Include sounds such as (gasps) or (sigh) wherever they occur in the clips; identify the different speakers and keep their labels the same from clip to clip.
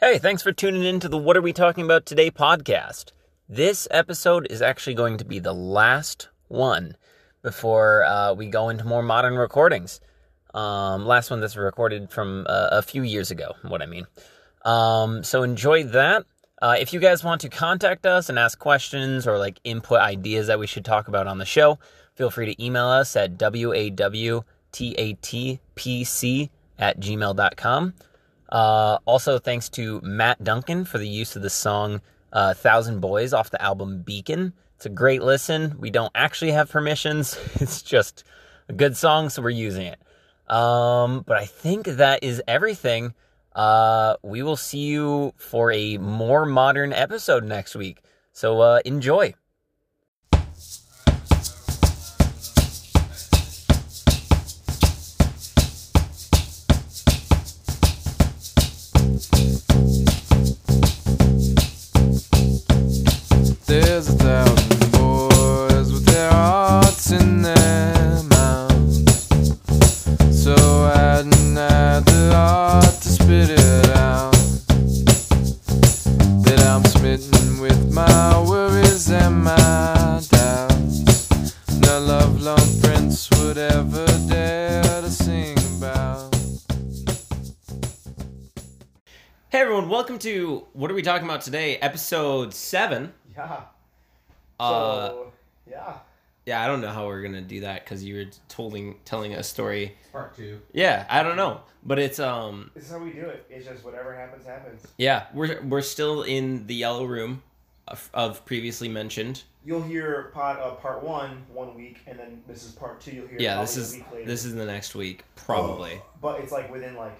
Speaker 1: Hey, thanks for tuning in to the What Are We Talking About Today podcast. This episode is actually going to be the last one before uh, we go into more modern recordings. Um, last one that's recorded from uh, a few years ago, what I mean. Um, so enjoy that. Uh, if you guys want to contact us and ask questions or like input ideas that we should talk about on the show, feel free to email us at wawtatpc at gmail.com. Uh, also, thanks to Matt Duncan for the use of the song uh, Thousand Boys off the album Beacon. It's a great listen. We don't actually have permissions, (laughs) it's just a good song, so we're using it. Um, but I think that is everything. Uh, we will see you for a more modern episode next week. So uh, enjoy.
Speaker 2: There's a thousand boys with their hearts in their mouths. So I hadn't had the heart to spit it out. That I'm smitten with my worries and my doubts. No love, long prince would ever dare to sing about.
Speaker 1: Hey everyone, welcome to What Are We Talking About Today, episode 7.
Speaker 3: (laughs) Yeah.
Speaker 1: Uh,
Speaker 3: so, yeah.
Speaker 1: Yeah, I don't know how we're gonna do that because you were telling telling a story.
Speaker 3: Part two.
Speaker 1: Yeah, I don't know, but it's um
Speaker 3: This is how we do it. It's just whatever happens, happens.
Speaker 1: yeah we're we're still in the yellow room of, of previously mentioned.
Speaker 3: You'll hear pod, uh, part one one week, and then this is part two. You'll hear
Speaker 1: Yeah,
Speaker 3: probably
Speaker 1: this
Speaker 3: a
Speaker 1: is
Speaker 3: week later.
Speaker 1: this is the next week probably.
Speaker 3: But it's like within like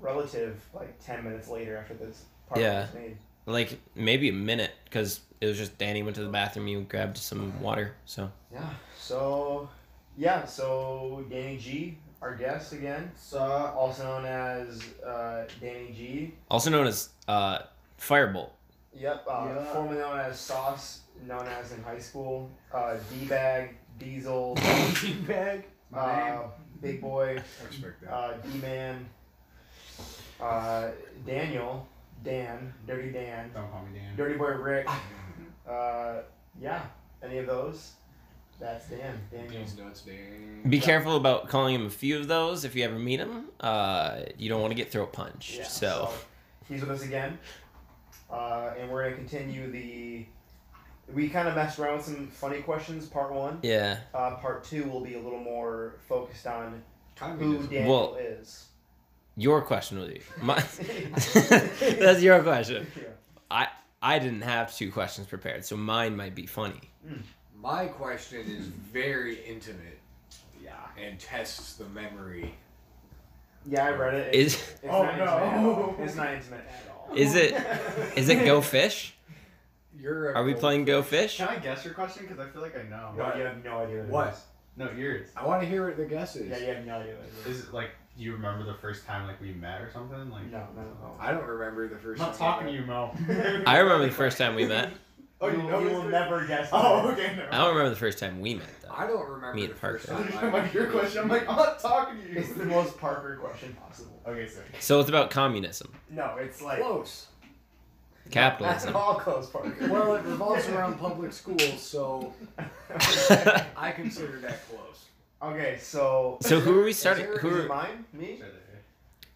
Speaker 3: relative like ten minutes later after this part
Speaker 1: Yeah.
Speaker 3: was made.
Speaker 1: Like maybe a minute because it was just Danny went to the bathroom, you grabbed some water. So
Speaker 3: Yeah. So yeah. So Danny G, our guest again, so, also known as uh, Danny G.
Speaker 1: also known as uh Firebolt.
Speaker 3: Yep. Uh,
Speaker 4: Yeah.
Speaker 3: Formerly known as Sauce, known as in high school, uh, D Bag, Diesel,
Speaker 4: bag.
Speaker 3: uh, Big Boy.
Speaker 4: Expect that.
Speaker 3: uh, D Man, uh, Daniel, Dan, Dirty Dan,
Speaker 4: Don't call me Dan.
Speaker 3: Dirty Boy Rick. Uh, yeah, any of those? That's Dan. Daniel.
Speaker 4: Dan's nuts, Dan.
Speaker 1: Be
Speaker 3: Yeah.
Speaker 1: careful about calling him a few of those if you ever meet him. Uh, you don't want to get throat punched.
Speaker 3: Yeah,
Speaker 1: so
Speaker 3: he's with us again, uh, and we're gonna continue the. We kind of messed around with some funny questions. Part one,
Speaker 1: yeah,
Speaker 3: uh, part two will be a little more focused on
Speaker 4: Kind
Speaker 3: who
Speaker 4: of
Speaker 3: Daniel
Speaker 1: Well-
Speaker 3: is.
Speaker 1: your question would be
Speaker 3: (laughs)
Speaker 1: my. (laughs) That's your question.
Speaker 3: Yeah.
Speaker 1: I didn't have two questions prepared, so mine might be funny.
Speaker 5: My question is very intimate
Speaker 4: Yeah.
Speaker 5: and tests the memory.
Speaker 3: Yeah, I read it.
Speaker 1: Is
Speaker 3: it's
Speaker 4: Oh,
Speaker 3: not
Speaker 4: no.
Speaker 3: intimate at all. It's not intimate at all.
Speaker 1: is
Speaker 3: (laughs)
Speaker 1: it is it go fish?
Speaker 5: You're a
Speaker 1: Are we playing go fish?
Speaker 4: Can I guess your question? Because I feel like I know.
Speaker 3: No, you have no idea. What? it
Speaker 5: What?
Speaker 3: is.
Speaker 4: No, yours.
Speaker 5: I want to hear what the guess is.
Speaker 3: Yeah, you have no idea. What it is.
Speaker 4: Is it like you remember the first time like we met or something? Like
Speaker 3: No, no, (laughs) no.
Speaker 5: I don't remember the
Speaker 4: I'm
Speaker 5: first.
Speaker 4: not
Speaker 5: time I
Speaker 4: talking to
Speaker 5: read-
Speaker 4: you, Mo.
Speaker 1: I remember the first time we met.
Speaker 4: Oh, you
Speaker 3: will-
Speaker 4: know
Speaker 3: you
Speaker 4: this
Speaker 3: will
Speaker 4: is-
Speaker 3: never guess.
Speaker 4: Oh,
Speaker 3: that.
Speaker 4: okay. No.
Speaker 1: I don't remember the first time we met though.
Speaker 5: I don't remember
Speaker 1: Me
Speaker 5: the
Speaker 1: and Parker.
Speaker 5: first
Speaker 4: (laughs) I'm
Speaker 5: time. (laughs)
Speaker 4: talking
Speaker 5: I
Speaker 4: about your question. I'm
Speaker 5: "Oh."
Speaker 4: like, I'm not talking to you.
Speaker 3: It's the most Parker question possible.
Speaker 4: Okay, so
Speaker 1: So it's about communism,
Speaker 3: No, it's like
Speaker 5: Close.
Speaker 3: that's
Speaker 1: capitalism. (laughs)
Speaker 3: all close, Parker.
Speaker 5: Well, it (laughs) revolves around public schools, so I consider that close.
Speaker 3: (laughs) okay, so
Speaker 1: so who are we starting? Who
Speaker 3: is it
Speaker 1: are,
Speaker 3: mine? Me?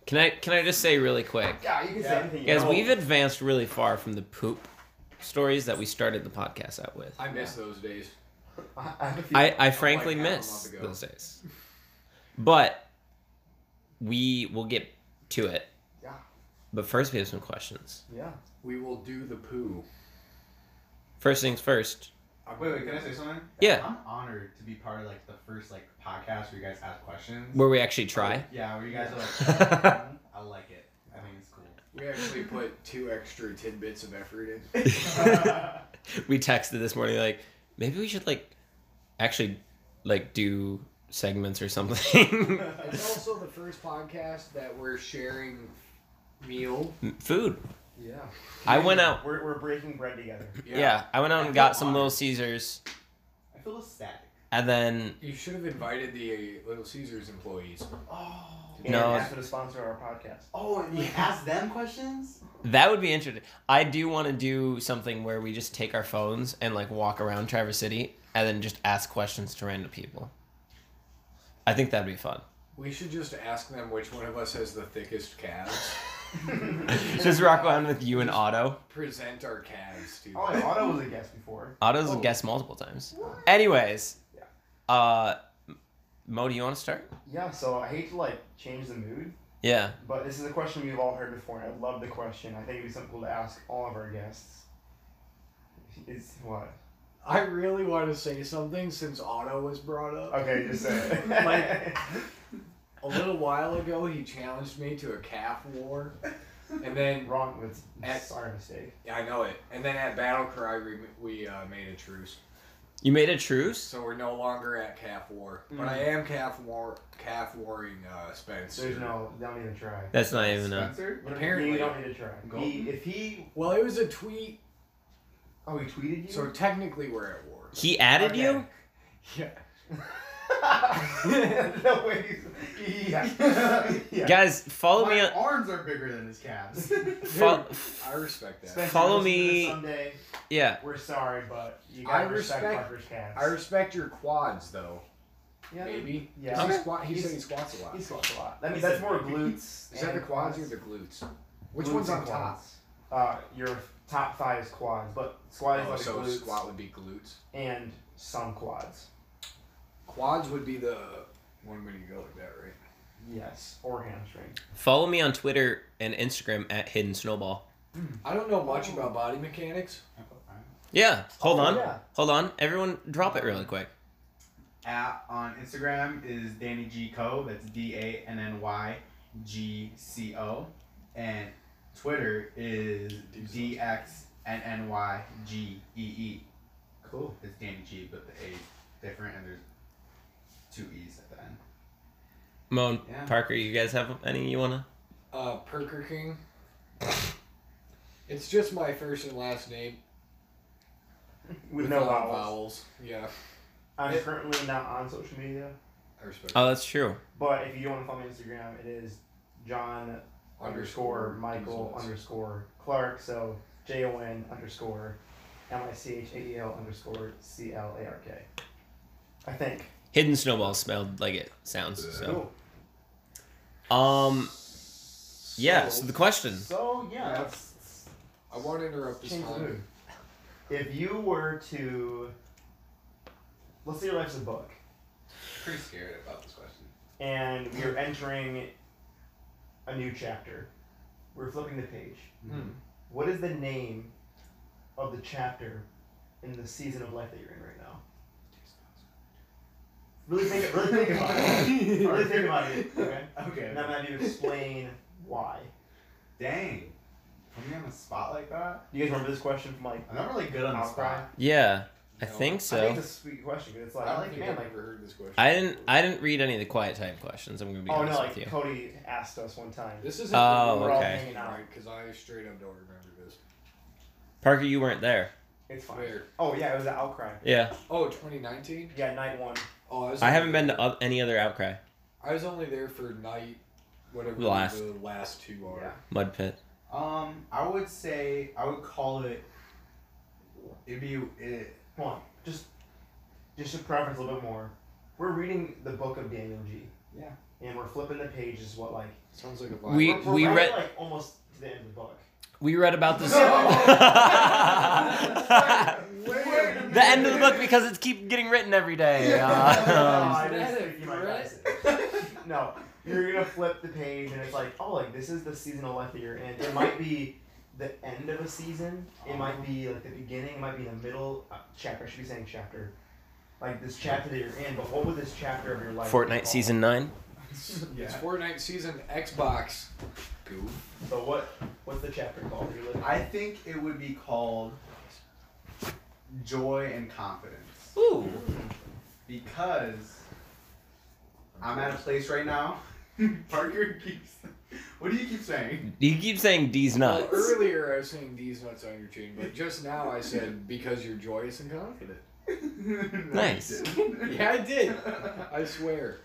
Speaker 1: can I can I just say really quick,
Speaker 3: Yeah, you can say
Speaker 5: Yeah.
Speaker 3: anything.
Speaker 1: guys?
Speaker 3: you
Speaker 1: We've advanced really far from the poop stories that we started the podcast out with.
Speaker 5: I miss those days.
Speaker 3: I, I have a few.
Speaker 1: I, I frankly
Speaker 5: half a
Speaker 1: miss
Speaker 5: month ago.
Speaker 1: those days. But we will get to it.
Speaker 3: Yeah.
Speaker 1: But first, we have some questions.
Speaker 3: yeah.
Speaker 5: We will do the poo.
Speaker 1: First things first.
Speaker 4: Wait, wait, can I say something?
Speaker 1: Yeah.
Speaker 4: I'm honored to be part of like the first like podcast where you guys ask questions.
Speaker 1: Where we actually try. (laughs)
Speaker 4: Yeah, where you guys are like, "Mm, I like it. I think it's cool.
Speaker 5: We (laughs) actually put two extra tidbits of effort in.
Speaker 1: we texted this morning, like, maybe we should, like, actually, like, do segments or something. (laughs)
Speaker 5: It's also the first podcast that we're sharing meal.
Speaker 1: Food.
Speaker 3: Yeah.
Speaker 1: (laughs) I went out.
Speaker 3: We're, we're breaking bread together.
Speaker 1: Yeah. I went out and got some Little Caesars.
Speaker 4: I feel ecstatic.
Speaker 1: And then
Speaker 5: You should have invited the Little Caesars employees.
Speaker 4: Oh.
Speaker 3: And
Speaker 1: No,
Speaker 3: ask them to sponsor our
Speaker 1: (laughs)
Speaker 3: podcast.
Speaker 4: Oh, and like, ask them questions.
Speaker 1: that would be interesting. I do want to do something where we just take our phones and like walk around Traverse City and then just ask questions to random people. I think that'd be fun. (laughs)
Speaker 5: We should just ask them which one of us has the thickest calves.
Speaker 1: just rock around with you and Otto.
Speaker 5: Present our calves to
Speaker 3: Oh,
Speaker 5: them.
Speaker 3: Otto was a guest before.
Speaker 1: Otto's a
Speaker 3: Oh.
Speaker 1: guest multiple times. Anyways,
Speaker 3: Yeah.
Speaker 1: uh, Mo, do you want to start?
Speaker 3: Yeah, so I hate to like change the mood,
Speaker 1: Yeah.
Speaker 3: but this is a question we've all heard before, and I love the question. I think it'd be something cool to ask all of our guests. It's what?
Speaker 5: I really want to say something since Otto was brought up.
Speaker 3: Okay, just say (laughs) it.
Speaker 5: Like- A little while ago, he challenged me to a calf war, and then
Speaker 3: Wrong. That's,
Speaker 5: Ex-
Speaker 3: that's our mistake.
Speaker 5: yeah, I know it. And then at Battle Cry, we, we uh, made a truce,
Speaker 1: You made a truce?
Speaker 5: so we're no longer at calf war. But I am calf war, calf warring uh, Spencer.
Speaker 3: Hmm. There's no. Don't even try.
Speaker 1: That's not even a.
Speaker 4: (laughs) Spencer?
Speaker 5: Apparently.
Speaker 3: you don't need to try. He,
Speaker 4: Golden?
Speaker 3: if he,
Speaker 5: Well, it was a tweet,
Speaker 3: oh, he tweeted you.
Speaker 5: so technically we're at war.
Speaker 1: He added
Speaker 3: Okay.
Speaker 1: you?
Speaker 5: Yeah.
Speaker 3: (laughs) no way. he's- Yeah. yeah.
Speaker 1: Guys, follow
Speaker 4: My
Speaker 1: me on.
Speaker 4: arms are bigger than his calves. (laughs)
Speaker 1: Fo-
Speaker 5: I respect that.
Speaker 3: Spencer,
Speaker 1: Follow
Speaker 3: listen to this
Speaker 1: me-
Speaker 3: Someday
Speaker 1: yeah.
Speaker 3: we're sorry, but you
Speaker 5: I
Speaker 3: gotta respect,
Speaker 5: respect-
Speaker 3: Parker's cats.
Speaker 5: I respect your quads though.
Speaker 3: yeah,
Speaker 5: Maybe.
Speaker 3: Yeah.
Speaker 5: 'Cause He,
Speaker 3: Okay.
Speaker 5: squat, he
Speaker 3: He's-
Speaker 5: said he squats a lot.
Speaker 3: He squats a lot. That
Speaker 4: He
Speaker 3: means that's
Speaker 4: said
Speaker 3: more
Speaker 4: maybe.
Speaker 3: glutes.
Speaker 5: Is that
Speaker 3: and
Speaker 5: the quads or
Speaker 3: quads.
Speaker 5: the glutes? Which
Speaker 3: Glutes
Speaker 5: one's
Speaker 3: and
Speaker 5: on top?
Speaker 3: quads. Uh, your top five is quads, but squat is
Speaker 5: Oh,
Speaker 3: like
Speaker 5: so
Speaker 3: glutes
Speaker 5: squat would be glutes.
Speaker 3: and some quads.
Speaker 5: Quads would be the one when you go like that,
Speaker 3: (laughs)
Speaker 5: right?
Speaker 3: Yes, or hamstring.
Speaker 1: Follow me on Twitter and Instagram at Hidden Snowball.
Speaker 5: I don't know much about body mechanics.
Speaker 1: Yeah. Hold
Speaker 3: Oh,
Speaker 1: on.
Speaker 3: yeah.
Speaker 1: Hold on. Everyone, drop it really quick.
Speaker 4: At on Instagram is Danny G Co. That's D A N N Y G C O, and Twitter is D X N N Y G E E. Cool. It's Danny G, but the A is different, and there's two E's at the end.
Speaker 1: Mo and
Speaker 4: Yeah.
Speaker 1: Parker, you guys have any you want to?
Speaker 5: Uh, Perker King. It's just my first and last name
Speaker 3: With no
Speaker 5: without
Speaker 3: vowels.
Speaker 5: Yeah,
Speaker 3: I'm
Speaker 5: It-
Speaker 3: currently not on social media,
Speaker 5: I
Speaker 3: Uh,
Speaker 5: respect.
Speaker 1: Oh, that's true.
Speaker 3: but if you want to follow me on Instagram, it is John underscore Michael underscore Clark. So J O N underscore M I C H A E L underscore C L A R K. I think.
Speaker 1: Hidden Snowball spelled like it sounds. So. Um. Yeah. So the question.
Speaker 3: So yeah,
Speaker 5: Yeah.
Speaker 3: let's- let's
Speaker 5: I won't interrupt this
Speaker 3: change the
Speaker 5: time.
Speaker 3: mood. If you were to, let's say your life's a book,
Speaker 4: Pretty scared about
Speaker 3: (laughs)
Speaker 4: this question.
Speaker 3: and we're entering a new chapter. We're flipping the page.
Speaker 5: Hmm.
Speaker 3: What is the name of the chapter in the season of life that you're in right now? Really think, really think about it. Really think about it. Okay.
Speaker 4: Okay.
Speaker 3: And I'm gonna have you explain why.
Speaker 4: Dang. Put me on the spot like that.
Speaker 3: Do you guys remember this question from like?
Speaker 4: I'm not really good on the
Speaker 3: Outcry?
Speaker 4: spot.
Speaker 1: Yeah. I
Speaker 5: No.
Speaker 1: think
Speaker 3: I think
Speaker 1: so.
Speaker 3: it's a sweet question. 'cause It's like,
Speaker 5: I don't
Speaker 3: man,
Speaker 5: think I've
Speaker 3: like
Speaker 5: ever heard this question.
Speaker 1: I didn't. I didn't read any of the quiet time questions. I'm gonna be
Speaker 3: Oh
Speaker 1: honest
Speaker 3: no, like
Speaker 1: with you.
Speaker 3: Cody asked us one time.
Speaker 5: This isn't.
Speaker 1: Oh,
Speaker 5: we're all
Speaker 1: okay.
Speaker 5: hanging out because I straight up don't remember this.
Speaker 1: Parker, you weren't there.
Speaker 3: It's fine.
Speaker 5: Where?
Speaker 3: Oh yeah, it was an outcry.
Speaker 1: Yeah.
Speaker 5: Oh, 2019.
Speaker 3: Yeah, night one.
Speaker 5: Oh, I, was
Speaker 1: I
Speaker 5: only-
Speaker 1: haven't been to oth- any other outcry.
Speaker 5: I was only there for night, whatever
Speaker 1: Last.
Speaker 5: the last two are.
Speaker 3: Yeah.
Speaker 1: Mud pit.
Speaker 4: Um, I would say I would call it. It'd be it,
Speaker 3: Come on, just just to preference a little bit more. We're reading the book of Daniel G.
Speaker 4: Yeah.
Speaker 3: And we're flipping the pages. What like
Speaker 5: Sounds like a vibe.
Speaker 1: We- (laughs)
Speaker 3: we're, we're
Speaker 1: we
Speaker 3: right,
Speaker 1: read-
Speaker 3: like almost to the end of the book.
Speaker 1: We read about
Speaker 3: (laughs)
Speaker 1: this.
Speaker 3: No!
Speaker 1: the end of the book because it's keep getting written every day.
Speaker 3: no,
Speaker 1: Um,
Speaker 3: I didn't
Speaker 5: Is that
Speaker 3: think
Speaker 5: a
Speaker 3: you might
Speaker 5: threat?
Speaker 3: guess it. No, you're gonna flip the page and it's like, oh, like this is the seasonal life that you're in. It might be the end of a season. It might be like the beginning. It might be the middle uh, chapter. I should be saying chapter. Like this chapter that you're in. But what would this chapter of your life? be
Speaker 1: um. Fortnite
Speaker 3: called?
Speaker 1: season nine.
Speaker 5: It's
Speaker 4: yeah.
Speaker 5: Fortnite season Xbox. Goof.
Speaker 3: So what? What's the chapter called? that You're living?
Speaker 4: I think it would be called joy and confidence
Speaker 1: Ooh.
Speaker 4: because I'm at a place right now. (laughs) Parker keeps. What do you keep saying? (laughs)
Speaker 1: You keep saying D's
Speaker 5: Well,
Speaker 1: nuts.
Speaker 5: earlier I was saying these nuts on your chain, but just now I said because you're joyous and confident.
Speaker 6: Nice.
Speaker 4: (laughs)
Speaker 7: Yeah, I
Speaker 5: (laughs)
Speaker 7: did. I swear.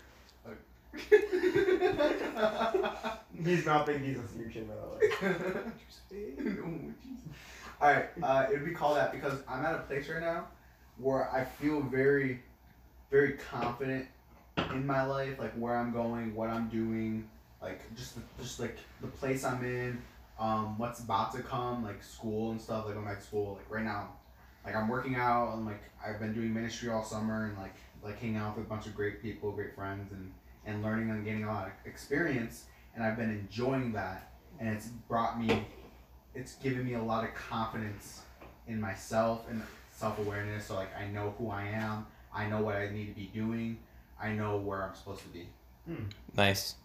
Speaker 3: He's not big. He's a future, by the
Speaker 4: (laughs)
Speaker 3: way.
Speaker 4: All right, uh, it would be called that because I'm at a place right now where I feel very, very confident in my life, like where I'm going, what I'm doing, like just the, just like the place I'm in, um, what's about to come, like school and stuff. Like I'm at school, like right now, like I'm working out and like I've been doing ministry all summer and like like hanging out with a bunch of great people, great friends, and and learning and getting a lot of experience. And I've been enjoying that, and it's brought me it's given me a lot of confidence in myself and self awareness. So like I know who I am, I know what I need to be doing, I know where I'm supposed to be. (clears throat)
Speaker 6: Nice.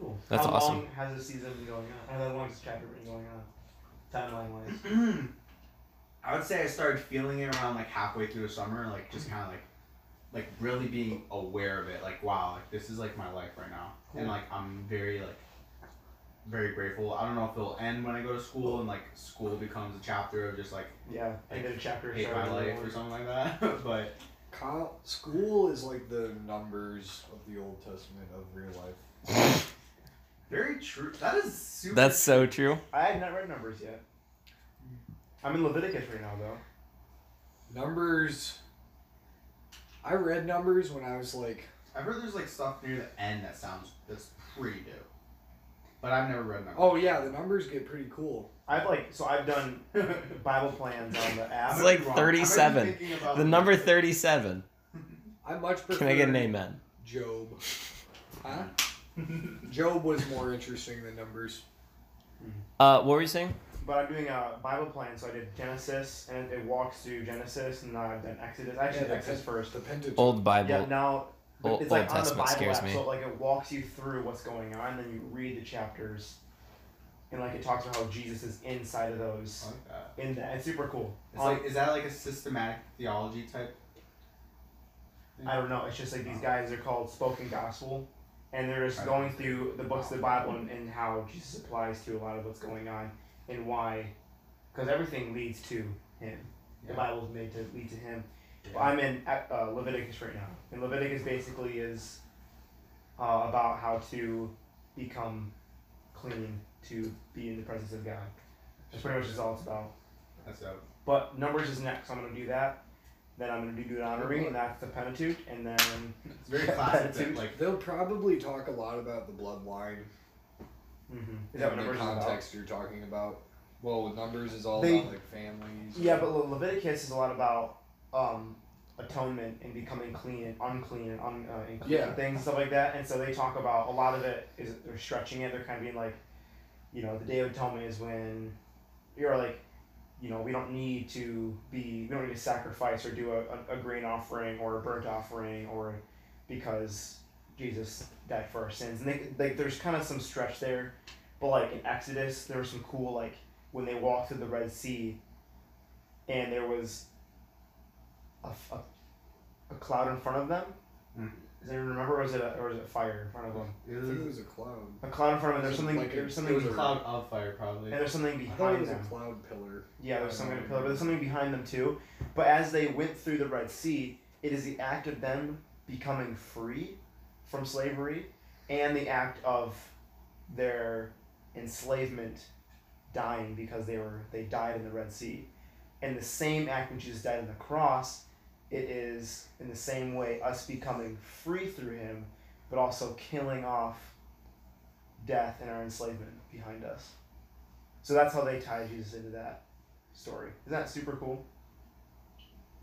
Speaker 3: Cool.
Speaker 6: That's
Speaker 3: How
Speaker 6: awesome.
Speaker 3: long has this season been going on? How long has this chapter been going on? Timeline wise.
Speaker 4: I would say I started feeling it around like halfway through the summer, like just kind of like like really being aware of it. Like wow, like this is like my life right now, and like I'm very like very grateful. I don't know if it'll end when I go to school and like school becomes a chapter of just like
Speaker 3: Yeah, I did a chapter.
Speaker 4: hate my
Speaker 3: started
Speaker 4: life
Speaker 3: over.
Speaker 4: or something like that. (laughs) but
Speaker 5: Kyle, school is like the numbers of the Old Testament of real life.
Speaker 4: very true. That is super.
Speaker 6: That's so true.
Speaker 3: I had not read numbers yet. I'm in Leviticus right now though.
Speaker 7: Numbers.
Speaker 5: I read numbers when I was like,
Speaker 4: I've heard there's like stuff near the end that sounds that's pretty dope, but I've never read them.
Speaker 5: oh yeah, the numbers get pretty cool.
Speaker 3: I've like so I've done
Speaker 4: (laughs)
Speaker 3: Bible plans on the app.
Speaker 6: It's like 37. The
Speaker 4: (laughs)
Speaker 6: number 37.
Speaker 5: I much prefer.
Speaker 6: Can I get an amen?
Speaker 5: Job. Huh? Job was more interesting than numbers.
Speaker 6: Uh, what were you saying?
Speaker 3: But I'm doing a Bible plan, so I did Genesis and it walks through Genesis, and now I've done Exodus. I actually
Speaker 5: Yeah,
Speaker 3: did Exodus first.
Speaker 5: The Pentateuch.
Speaker 6: Old
Speaker 3: Yeah,
Speaker 6: Bible.
Speaker 3: now but
Speaker 6: Old-
Speaker 3: it's like
Speaker 6: Old
Speaker 3: on
Speaker 6: Testament
Speaker 3: the Bible
Speaker 6: scares
Speaker 3: app,
Speaker 6: me.
Speaker 3: so like it walks you through what's going on, then you read the chapters, and like it talks about how Jesus is inside of those.
Speaker 4: Like that.
Speaker 3: In that, it's super cool.
Speaker 4: It's
Speaker 3: Um,
Speaker 4: like, is that like a systematic theology type?
Speaker 3: I don't know. It's just like these guys are called spoken gospel, and they're just
Speaker 4: Right.
Speaker 3: going through the books of the Bible and, and how Jesus applies to a lot of what's going on and why, because everything leads to Him. The
Speaker 4: Yeah.
Speaker 3: Bible's made to lead to Him. Well, I'm in uh, Leviticus right now, and Leviticus basically is uh, about how to become clean to be in the presence of God. That's pretty much is all it's about.
Speaker 4: That's dope.
Speaker 3: But Numbers is next. So I'm gonna do that. Then I'm gonna do Deuteronomy, and that's the Pentateuch, and then.
Speaker 4: It's very classic. that, like
Speaker 5: They'll probably talk a lot about the bloodline.
Speaker 3: Mm-hmm. Is
Speaker 5: in
Speaker 3: that what
Speaker 5: the
Speaker 3: numbers is about?
Speaker 5: context you're talking about? Well, with numbers is all
Speaker 3: They-
Speaker 5: about like families.
Speaker 3: Yeah, but Le- Leviticus is a lot about um, atonement and becoming clean and unclean and un- uh, and clean
Speaker 5: Yeah.
Speaker 3: things and stuff like that. And so they talk about a lot of it is they're stretching it. They're kind of being like, you know, the Day of Atonement is when you're like, you know, we don't need to be, we don't need to sacrifice or do a, a, a grain offering or a burnt offering or because Jesus died for our sins. And they, like, there's kind of some stretch there. But like in Exodus, there was some cool like when they walked through the Red Sea, and there was a, f- a- a cloud in front of them.
Speaker 5: Hmm.
Speaker 4: Mhm.
Speaker 3: Does anyone remember? Or was it a, or was it fire in front of them?
Speaker 4: it
Speaker 5: I
Speaker 4: was,
Speaker 5: think it was a cloud.
Speaker 3: A cloud in front of them. There's
Speaker 5: Wasn't
Speaker 3: something.
Speaker 5: like a-
Speaker 3: there's
Speaker 4: it
Speaker 3: something.
Speaker 4: was a
Speaker 3: and
Speaker 4: cloud of fire, probably.
Speaker 3: there's something
Speaker 5: I thought it
Speaker 3: behind
Speaker 5: was a
Speaker 3: them.
Speaker 5: cloud pillar.
Speaker 3: Yeah, there's some kind of pillar, but there's something behind them too. But as they went through the Red Sea, it is the act of them becoming free from slavery and the act of their enslavement dying because they were they died in the Red Sea. And the same act when Jesus died on the cross, it is in the same way us becoming free through him, but also killing off death and our enslavement behind us. So that's how they tie Jesus into that story. Isn't that super cool?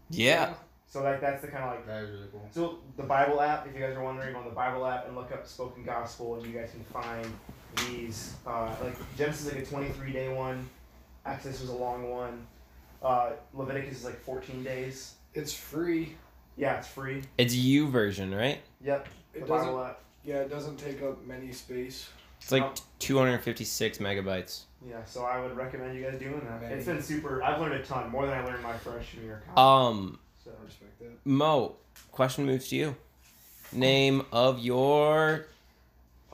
Speaker 6: Yeah.
Speaker 3: So like that's the kind of like
Speaker 4: That is really cool.
Speaker 3: so the Bible app, if you guys are wondering, go on the Bible app and look up spoken gospel, and you guys can find these. Uh, like Genesis is like a 23 day one, Exodus was a long one, uh, Leviticus is like 14 days.
Speaker 5: It's free.
Speaker 3: Yeah, it's free.
Speaker 6: It's you version, right?
Speaker 3: Yep, the
Speaker 5: It
Speaker 3: Bible
Speaker 5: doesn't.
Speaker 3: app.
Speaker 5: Yeah, it doesn't take up many space.
Speaker 6: It's like 256 megabytes.
Speaker 3: Yeah, so I would recommend you guys doing that.
Speaker 5: Maybe.
Speaker 3: It's been super. I've learned a ton, more than I learned my freshman year. of college.
Speaker 6: Um,
Speaker 3: so
Speaker 5: I respect that.
Speaker 6: Mo, question moves to you. Name of your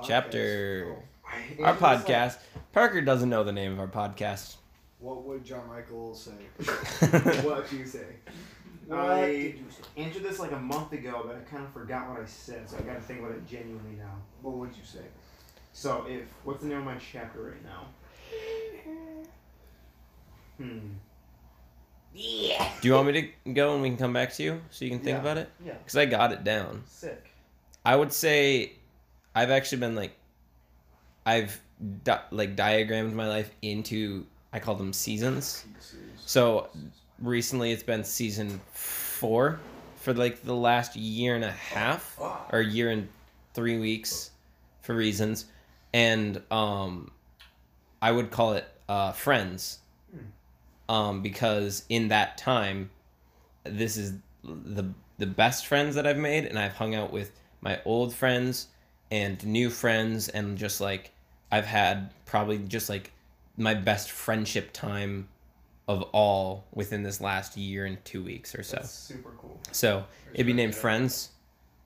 Speaker 6: chapter.
Speaker 5: Oh,
Speaker 3: I-
Speaker 6: Our
Speaker 3: it's like-
Speaker 6: podcast. Parker doesn't know the name of our podcast.
Speaker 3: (laughs)
Speaker 5: (laughs) What would John Michael say?
Speaker 4: what you say?
Speaker 3: I-
Speaker 8: What did you say?
Speaker 3: answered this like a month ago, but I kind of forgot what I said, so I gotta think about it genuinely now.
Speaker 8: What would you say?
Speaker 3: So, if what's the name of my chapter right (sniffs) now? Hmm.
Speaker 1: (laughs) Do you want me to go and we can come back to you so you can think
Speaker 3: Yeah.
Speaker 1: about it?
Speaker 3: Yeah.
Speaker 1: Because I got it down.
Speaker 3: Sick.
Speaker 1: I would say I've actually been like, I've di- like diagrammed my life into, I call them seasons. So recently it's been season four for like the last year and a half or year and three weeks for reasons. And um, I would call it uh, friends um, because in that time, this is the the best friends that I've made, and I've hung out with my old friends and new friends, and just like I've had probably just like my best friendship time of all within this last year and two weeks or so.
Speaker 3: That's super cool.
Speaker 1: So it'd be named Friends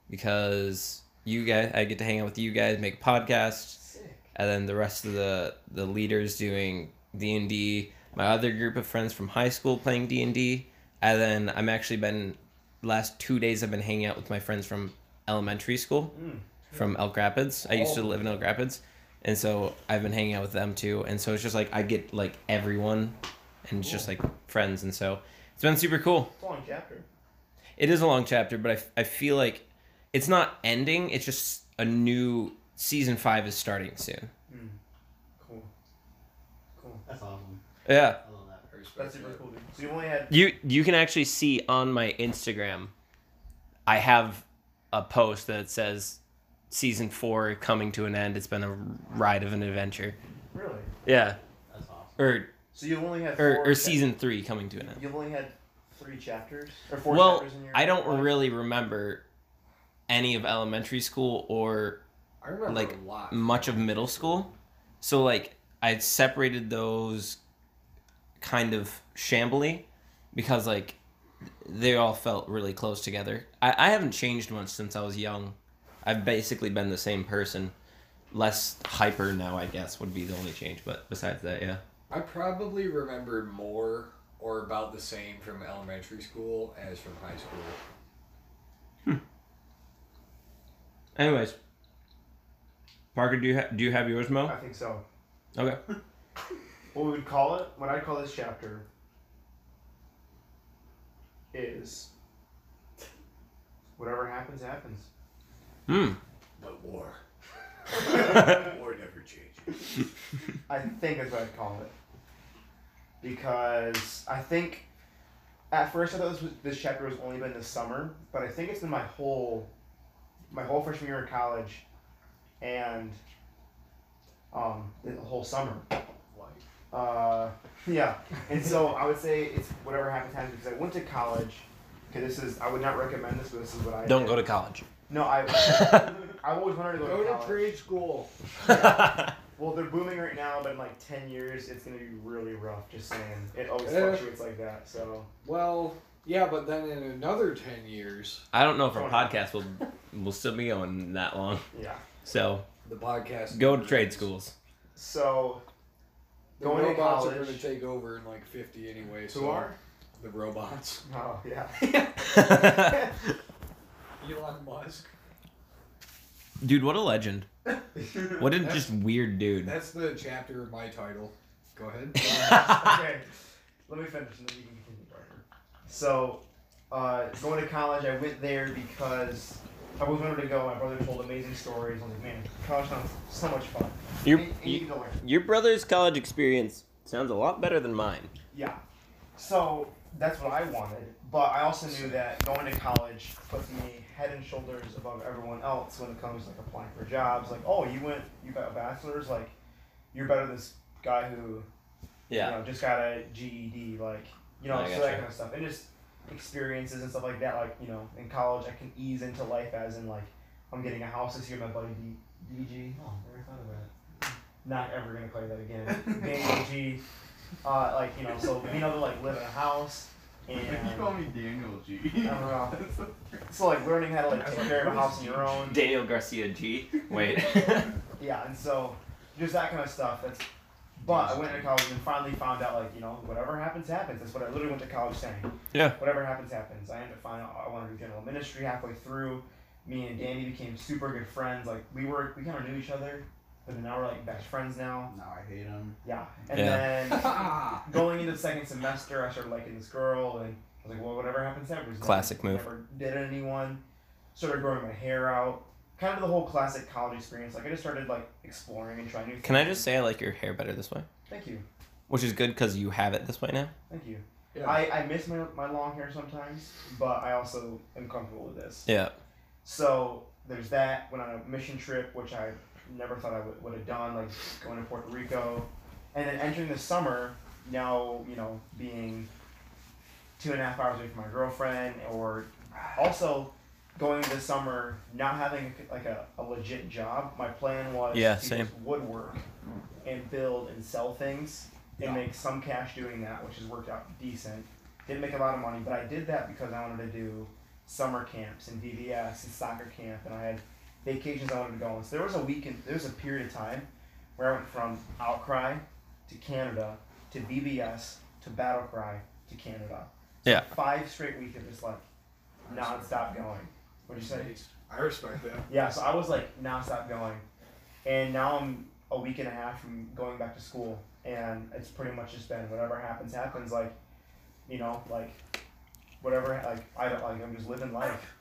Speaker 1: because you guys, I get to hang out with you guys, make podcasts,
Speaker 3: Sick.
Speaker 1: and then the rest of the the leaders doing D and D. My other group of friends from high school playing D and D, and then I'm actually been last two days I've been hanging out with my friends from elementary school,
Speaker 3: Mm.
Speaker 1: from Elk Rapids. I used to live in Elk Rapids, and so I've been hanging out with them too. And so it's just like I get like everyone, and it's just like friends, and so it's been super cool.
Speaker 3: It's a long chapter.
Speaker 1: It is a long chapter, but I, f- I feel like it's not ending. It's just a new season five is starting soon.
Speaker 3: Hmm. Cool. Cool.
Speaker 4: That's awesome.
Speaker 1: Yeah.
Speaker 4: I love that person.
Speaker 3: That's super cool, dude. So you only had
Speaker 1: You you can actually see on my Instagram, I have a post that says season four coming to an end. It's been a ride of an adventure.
Speaker 3: really.
Speaker 1: Yeah,
Speaker 4: That's awesome.
Speaker 1: or
Speaker 3: So you've only had
Speaker 1: or,
Speaker 3: four
Speaker 1: or
Speaker 3: chap-
Speaker 1: season three coming to an end.
Speaker 3: You've only had three chapters or four
Speaker 1: Well,
Speaker 3: chapters in your.
Speaker 1: I don't
Speaker 3: life?
Speaker 1: really remember any of elementary school or
Speaker 5: I remember
Speaker 1: like,
Speaker 5: a lot.
Speaker 1: much of middle school. So like I separated those kind of shambly because like they all felt really close together. I, I haven't changed much since I was young. I've basically been the same person. Less hyper now, I guess, would be the only change. But besides that, yeah.
Speaker 5: I probably remember more or about the same from elementary school as from high school.
Speaker 1: Anyways, Parker, do you ha- do you have yours, Mo?
Speaker 3: I think so.
Speaker 1: Okay.
Speaker 3: What we would call it, what I'd call this chapter, is whatever happens, happens.
Speaker 1: Hmm. (laughs)
Speaker 5: But war. war never changes.
Speaker 3: I think that's what I'd call it. Because I think at first I thought this was this chapter was only been this summer, but I think it's been my whole my whole freshman year in college and um the whole summer. Uh yeah. And so I would say it's whatever happens happens because I went to college because this is I would not recommend this, but this is what I
Speaker 1: Don't
Speaker 3: did.
Speaker 1: go to (laughs) college.
Speaker 3: No, I (laughs) I've always wanted to go,
Speaker 8: Go
Speaker 3: to
Speaker 8: to
Speaker 3: college.
Speaker 8: trade school.
Speaker 3: Well, they're booming right now, but in like 10 years, it's going to be really rough, just saying. It always
Speaker 5: Yeah.
Speaker 3: fluctuates like that, so.
Speaker 5: Well, yeah, but then in another 10 years,
Speaker 1: I don't know if our podcast will will still be going that long.
Speaker 3: Yeah.
Speaker 1: So
Speaker 5: the podcast.
Speaker 1: go to trade (laughs) schools.
Speaker 3: So,
Speaker 5: The
Speaker 3: Going to
Speaker 5: robots are
Speaker 3: college.
Speaker 5: going to take over in like 50 anyway. so
Speaker 3: who are? (laughs)
Speaker 5: The robots.
Speaker 3: Oh, yeah.
Speaker 5: Elon Musk.
Speaker 1: dude, what a legend. (laughs) What a just weird dude.
Speaker 5: That's the chapter of my title. Go ahead.
Speaker 3: okay. Let me finish and then you can continue. Parker. So, uh, going to college, I went there because I always wanted to go. My brother told amazing stories. I'm like, man, college sounds so much fun.
Speaker 1: Your,
Speaker 3: and, and you
Speaker 1: y-
Speaker 3: can go learn.
Speaker 1: your brother's college experience sounds a lot better than mine.
Speaker 3: Yeah. So that's what I wanted, but I also knew that going to college puts me head and shoulders above everyone else when it comes to like applying for jobs. Like, oh, you went, you got a bachelor's, like you're better than this guy who you know, just got a GED, like you know,
Speaker 1: I
Speaker 3: so
Speaker 1: gotcha.
Speaker 3: that kind of stuff, and just experiences and stuff like that. Like you know, in college, I can ease into life as in like I'm getting a house this year. My buddy D- DG, oh, never thought of that. Not ever gonna play that
Speaker 4: (laughs)
Speaker 3: again. Daniel G, uh, like you know, so being able to like live in a house
Speaker 4: (laughs) You call
Speaker 3: and
Speaker 4: me Daniel G.
Speaker 3: know.
Speaker 4: (laughs)
Speaker 3: so like learning how to like take care of a house on your own.
Speaker 1: (laughs) Daniel Garcia G. Wait.
Speaker 3: Yeah, and so just that kind of stuff. That's But I went to college and finally found out, like, you know, whatever happens, happens. That's what I literally went to college saying.
Speaker 1: Yeah.
Speaker 3: Whatever happens, happens. I ended up finding out I wanted to do general ministry halfway through. Me and Danny became super good friends. Like, we were, we kind of knew each other, but then now we're like best friends now.
Speaker 4: Now I hate him.
Speaker 3: Yeah. And
Speaker 1: Yeah.
Speaker 3: then
Speaker 5: (laughs)
Speaker 3: going into the second semester, I started liking this girl, and I was like, well, whatever happens, happens.
Speaker 1: Classic move.
Speaker 3: Never did anyone. Started growing my hair out. Kind of the whole classic college experience. Like I just started like exploring and trying new.
Speaker 1: Can I
Speaker 3: things.
Speaker 1: just say I like your hair better this way?
Speaker 3: Thank you,
Speaker 1: Which is good because you have it this way now.
Speaker 3: thank you.
Speaker 5: Yeah.
Speaker 3: I, I miss my, my long hair sometimes, but I also am comfortable with this.
Speaker 1: Yeah.
Speaker 3: So there's that. Went on a mission trip, which I never thought I would, would have done, like going to Puerto Rico, and then entering the summer. Now you know being two and a half hours away from my girlfriend, or also going this summer not having like a, a legit job. My plan was
Speaker 1: Yeah,
Speaker 3: to
Speaker 1: same.
Speaker 3: just woodwork and build and sell things and
Speaker 4: Yeah.
Speaker 3: make some cash doing that, which has worked out decent. Didn't make a lot of money, but I did that because I wanted to do summer camps and VBS and soccer camp, and I had vacations I wanted to go on. So there was a week in, there was a period of time where I went from Outcry to Canada to VBS to Battle Cry to Canada. So
Speaker 1: Yeah.
Speaker 3: Five straight weeks of just like nonstop going. What'd you say?
Speaker 5: I respect that.
Speaker 3: Yeah, so I was like nonstop going, and now I'm a week and a half from going back to school, and it's pretty much just been whatever happens happens. Like, you know, like whatever. Like I don't like I'm just living life.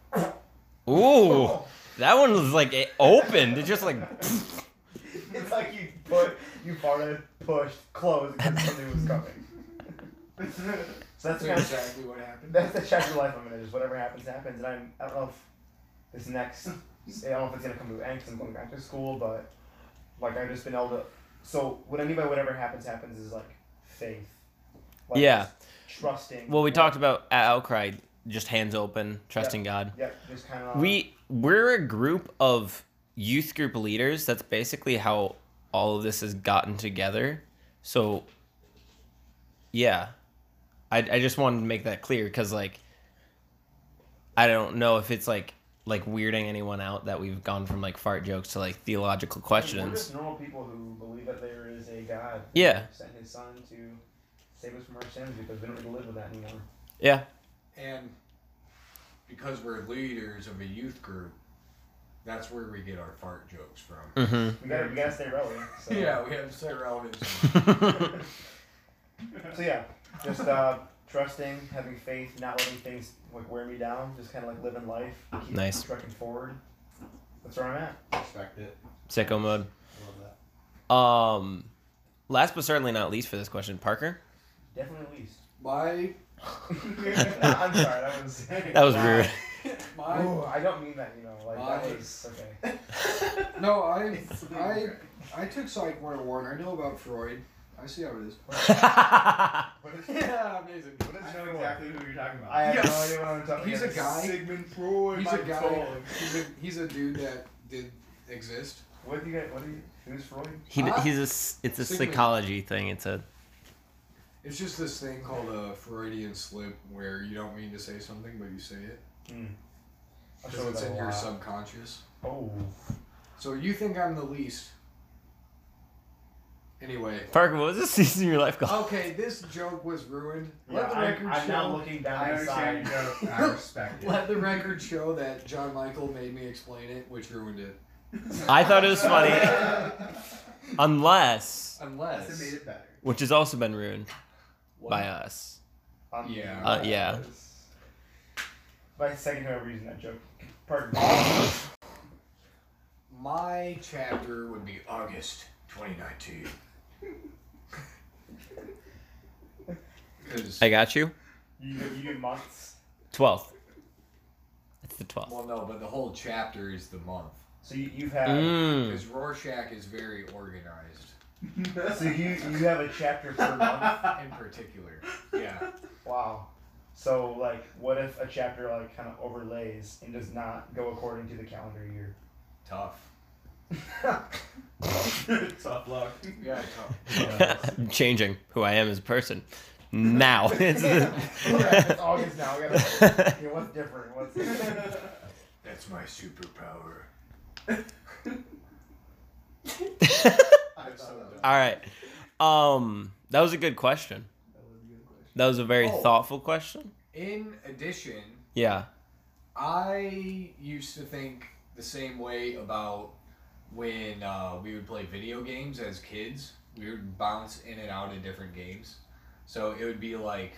Speaker 1: Ooh, that one was like it opened. It just like (laughs)
Speaker 3: (laughs) It's like you put you farted, pushed, closed, and something was coming. so that's
Speaker 7: That's
Speaker 3: the kind of
Speaker 7: exactly what happened.
Speaker 3: that's the chapter of life I'm in. Is whatever happens happens, and I'm I don't know if this next I don't know if it's gonna come to an end 'cause I'm going back to school, but like I've just been able to. So what I mean by whatever happens happens is like faith. Like,
Speaker 1: Yeah.
Speaker 3: Trusting.
Speaker 1: well, we talked about at outcry, just hands open, trusting God.
Speaker 3: Yeah, just kind of.
Speaker 1: We we're a group of youth group leaders. That's basically how all of this has gotten together. So, yeah, I I just wanted to make that clear because like I don't know if it's like like weirding anyone out that we've gone from like fart jokes to like theological
Speaker 3: We're
Speaker 1: questions.
Speaker 3: just normal people who believe that there is a God. who
Speaker 1: Yeah.
Speaker 3: Sent His Son to save us from our sins because we don't really live with that anymore.
Speaker 1: Yeah.
Speaker 5: And because we're leaders of a youth group, that's where we get our fart jokes from.
Speaker 1: Mm-hmm. (laughs)
Speaker 3: We gotta, we gotta stay relevant. So.
Speaker 7: Yeah, we have to stay
Speaker 5: (laughs)
Speaker 7: relevant.
Speaker 3: So yeah, just uh, trusting, having faith, not letting things like wear me down, just kind of like living life, keep
Speaker 1: Nice.
Speaker 3: trucking forward. That's where I'm at.
Speaker 4: Respect it.
Speaker 1: Sicko mode.
Speaker 4: I love that.
Speaker 1: Um, last but certainly not least for this question, Parker.
Speaker 3: Definitely (laughs) least.
Speaker 7: my
Speaker 3: I'm sorry, that was.
Speaker 1: That
Speaker 3: (laughs)
Speaker 1: was
Speaker 3: Wow.
Speaker 1: rude.
Speaker 7: my
Speaker 3: Ooh, I don't mean that, you know. Like that was okay. (laughs)
Speaker 5: No, I, I, I took Psych 101. I know about Freud. I see how it is.
Speaker 4: What is,
Speaker 7: yeah, amazing.
Speaker 4: what is know exactly who you're talking about?
Speaker 3: I have no
Speaker 5: Yes.
Speaker 3: idea what I'm talking
Speaker 5: He's a
Speaker 3: about.
Speaker 5: guy.
Speaker 4: Sigmund Freud.
Speaker 5: He's
Speaker 4: my
Speaker 5: a guy.
Speaker 4: dog.
Speaker 5: He's a, he's a dude that did exist.
Speaker 3: What do you guys? What do you? Who's Freud?
Speaker 1: He,
Speaker 5: Huh?
Speaker 1: he's a, s- it's a
Speaker 5: Sigmund.
Speaker 1: psychology thing. It's a
Speaker 5: It's just this thing called a Freudian slip where you don't mean to say something, but you say it
Speaker 3: I
Speaker 5: because
Speaker 3: showed
Speaker 5: it's
Speaker 3: that
Speaker 5: in
Speaker 3: a
Speaker 5: your
Speaker 3: lot.
Speaker 5: subconscious.
Speaker 3: Oh,
Speaker 5: So you think I'm the least.
Speaker 3: (laughs)
Speaker 5: Anyway.
Speaker 1: Parker. What was the (laughs) season of your life called?
Speaker 5: Okay, this joke was ruined.
Speaker 3: yeah.
Speaker 5: Let the
Speaker 3: I'm,
Speaker 5: record
Speaker 3: I'm
Speaker 5: show.
Speaker 3: not looking down
Speaker 4: I understand
Speaker 3: inside.
Speaker 4: your
Speaker 3: (laughs)
Speaker 4: joke. (laughs) I respect it.
Speaker 5: Let the record show that John Michael made me explain it, which ruined it.
Speaker 1: I thought it was funny, unless,
Speaker 4: That's what made
Speaker 5: Unless
Speaker 4: it better.
Speaker 1: which has also been ruined by us.
Speaker 3: Um,
Speaker 5: Yeah.
Speaker 1: Uh, yeah.
Speaker 3: By secondary reason, that joke. Pardon.
Speaker 5: my chapter would be August
Speaker 3: (laughs)
Speaker 5: 2019. Because
Speaker 1: I got you.
Speaker 3: You, you do months.
Speaker 1: Twelfth. It's the twelfth.
Speaker 5: well, no, but the whole chapter is the month.
Speaker 3: So you, you've had.
Speaker 1: Mm. (laughs)
Speaker 5: Because Rorschach is very organized
Speaker 3: So you you
Speaker 4: (laughs)
Speaker 3: have a chapter per month.
Speaker 5: in particular. Yeah,
Speaker 3: Wow. So like, what if a chapter like kind of overlays and does not go according to the calendar year?
Speaker 5: tough.
Speaker 4: Tough luck.
Speaker 5: Yeah, tough.
Speaker 1: Changing who I am as a person. Now it's the-
Speaker 3: (laughs)
Speaker 1: (laughs)
Speaker 3: Correct, it's August now. We (laughs) gotta, you know, what's different? What's
Speaker 5: That's my superpower.
Speaker 1: All right. Um, that was a good question. That was a very
Speaker 5: Oh.
Speaker 1: thoughtful question.
Speaker 5: In addition,
Speaker 1: Yeah.
Speaker 5: I used to think the same way about when uh, we would play video games as kids. We would bounce in and out of different games. So it would be like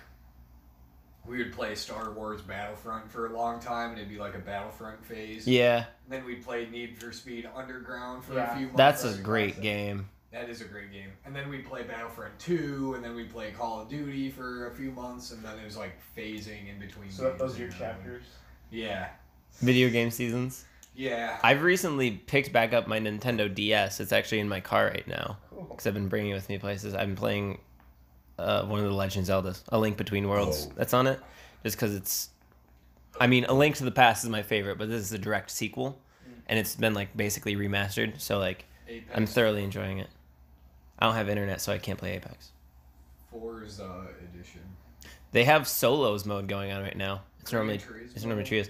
Speaker 5: we would play Star Wars Battlefront for a long time, and it'd be like a Battlefront phase.
Speaker 1: Yeah.
Speaker 5: And then we'd play Need for Speed Underground for
Speaker 3: Yeah.
Speaker 5: a few months.
Speaker 1: That's
Speaker 5: as
Speaker 1: a great
Speaker 5: concept.
Speaker 1: game.
Speaker 5: That is a great game. And then we play Battlefront 2, and then we play Call of Duty for a few months, and then it was like phasing in between.
Speaker 3: So
Speaker 5: games
Speaker 3: those are your
Speaker 5: and everything.
Speaker 3: chapters.
Speaker 5: Yeah.
Speaker 1: Video game seasons.
Speaker 5: Yeah.
Speaker 1: I've recently picked back up my Nintendo DS. It's actually in my car right now
Speaker 3: Cool.
Speaker 1: because I've been bringing it with me places. I've been playing uh, one of the Legends Zeldas, A Link Between Worlds. That's on it, just because it's. I mean, A Link to the Past is my favorite, but this is a direct sequel, and it's been like basically remastered. So like,
Speaker 5: Apex
Speaker 1: I'm thoroughly enjoying it. I don't have internet, so I can't play Apex.
Speaker 5: Forza uh, edition.
Speaker 1: They have solos mode going on right now. It's normally
Speaker 5: Trees
Speaker 1: it's
Speaker 5: mode.
Speaker 1: normally trees.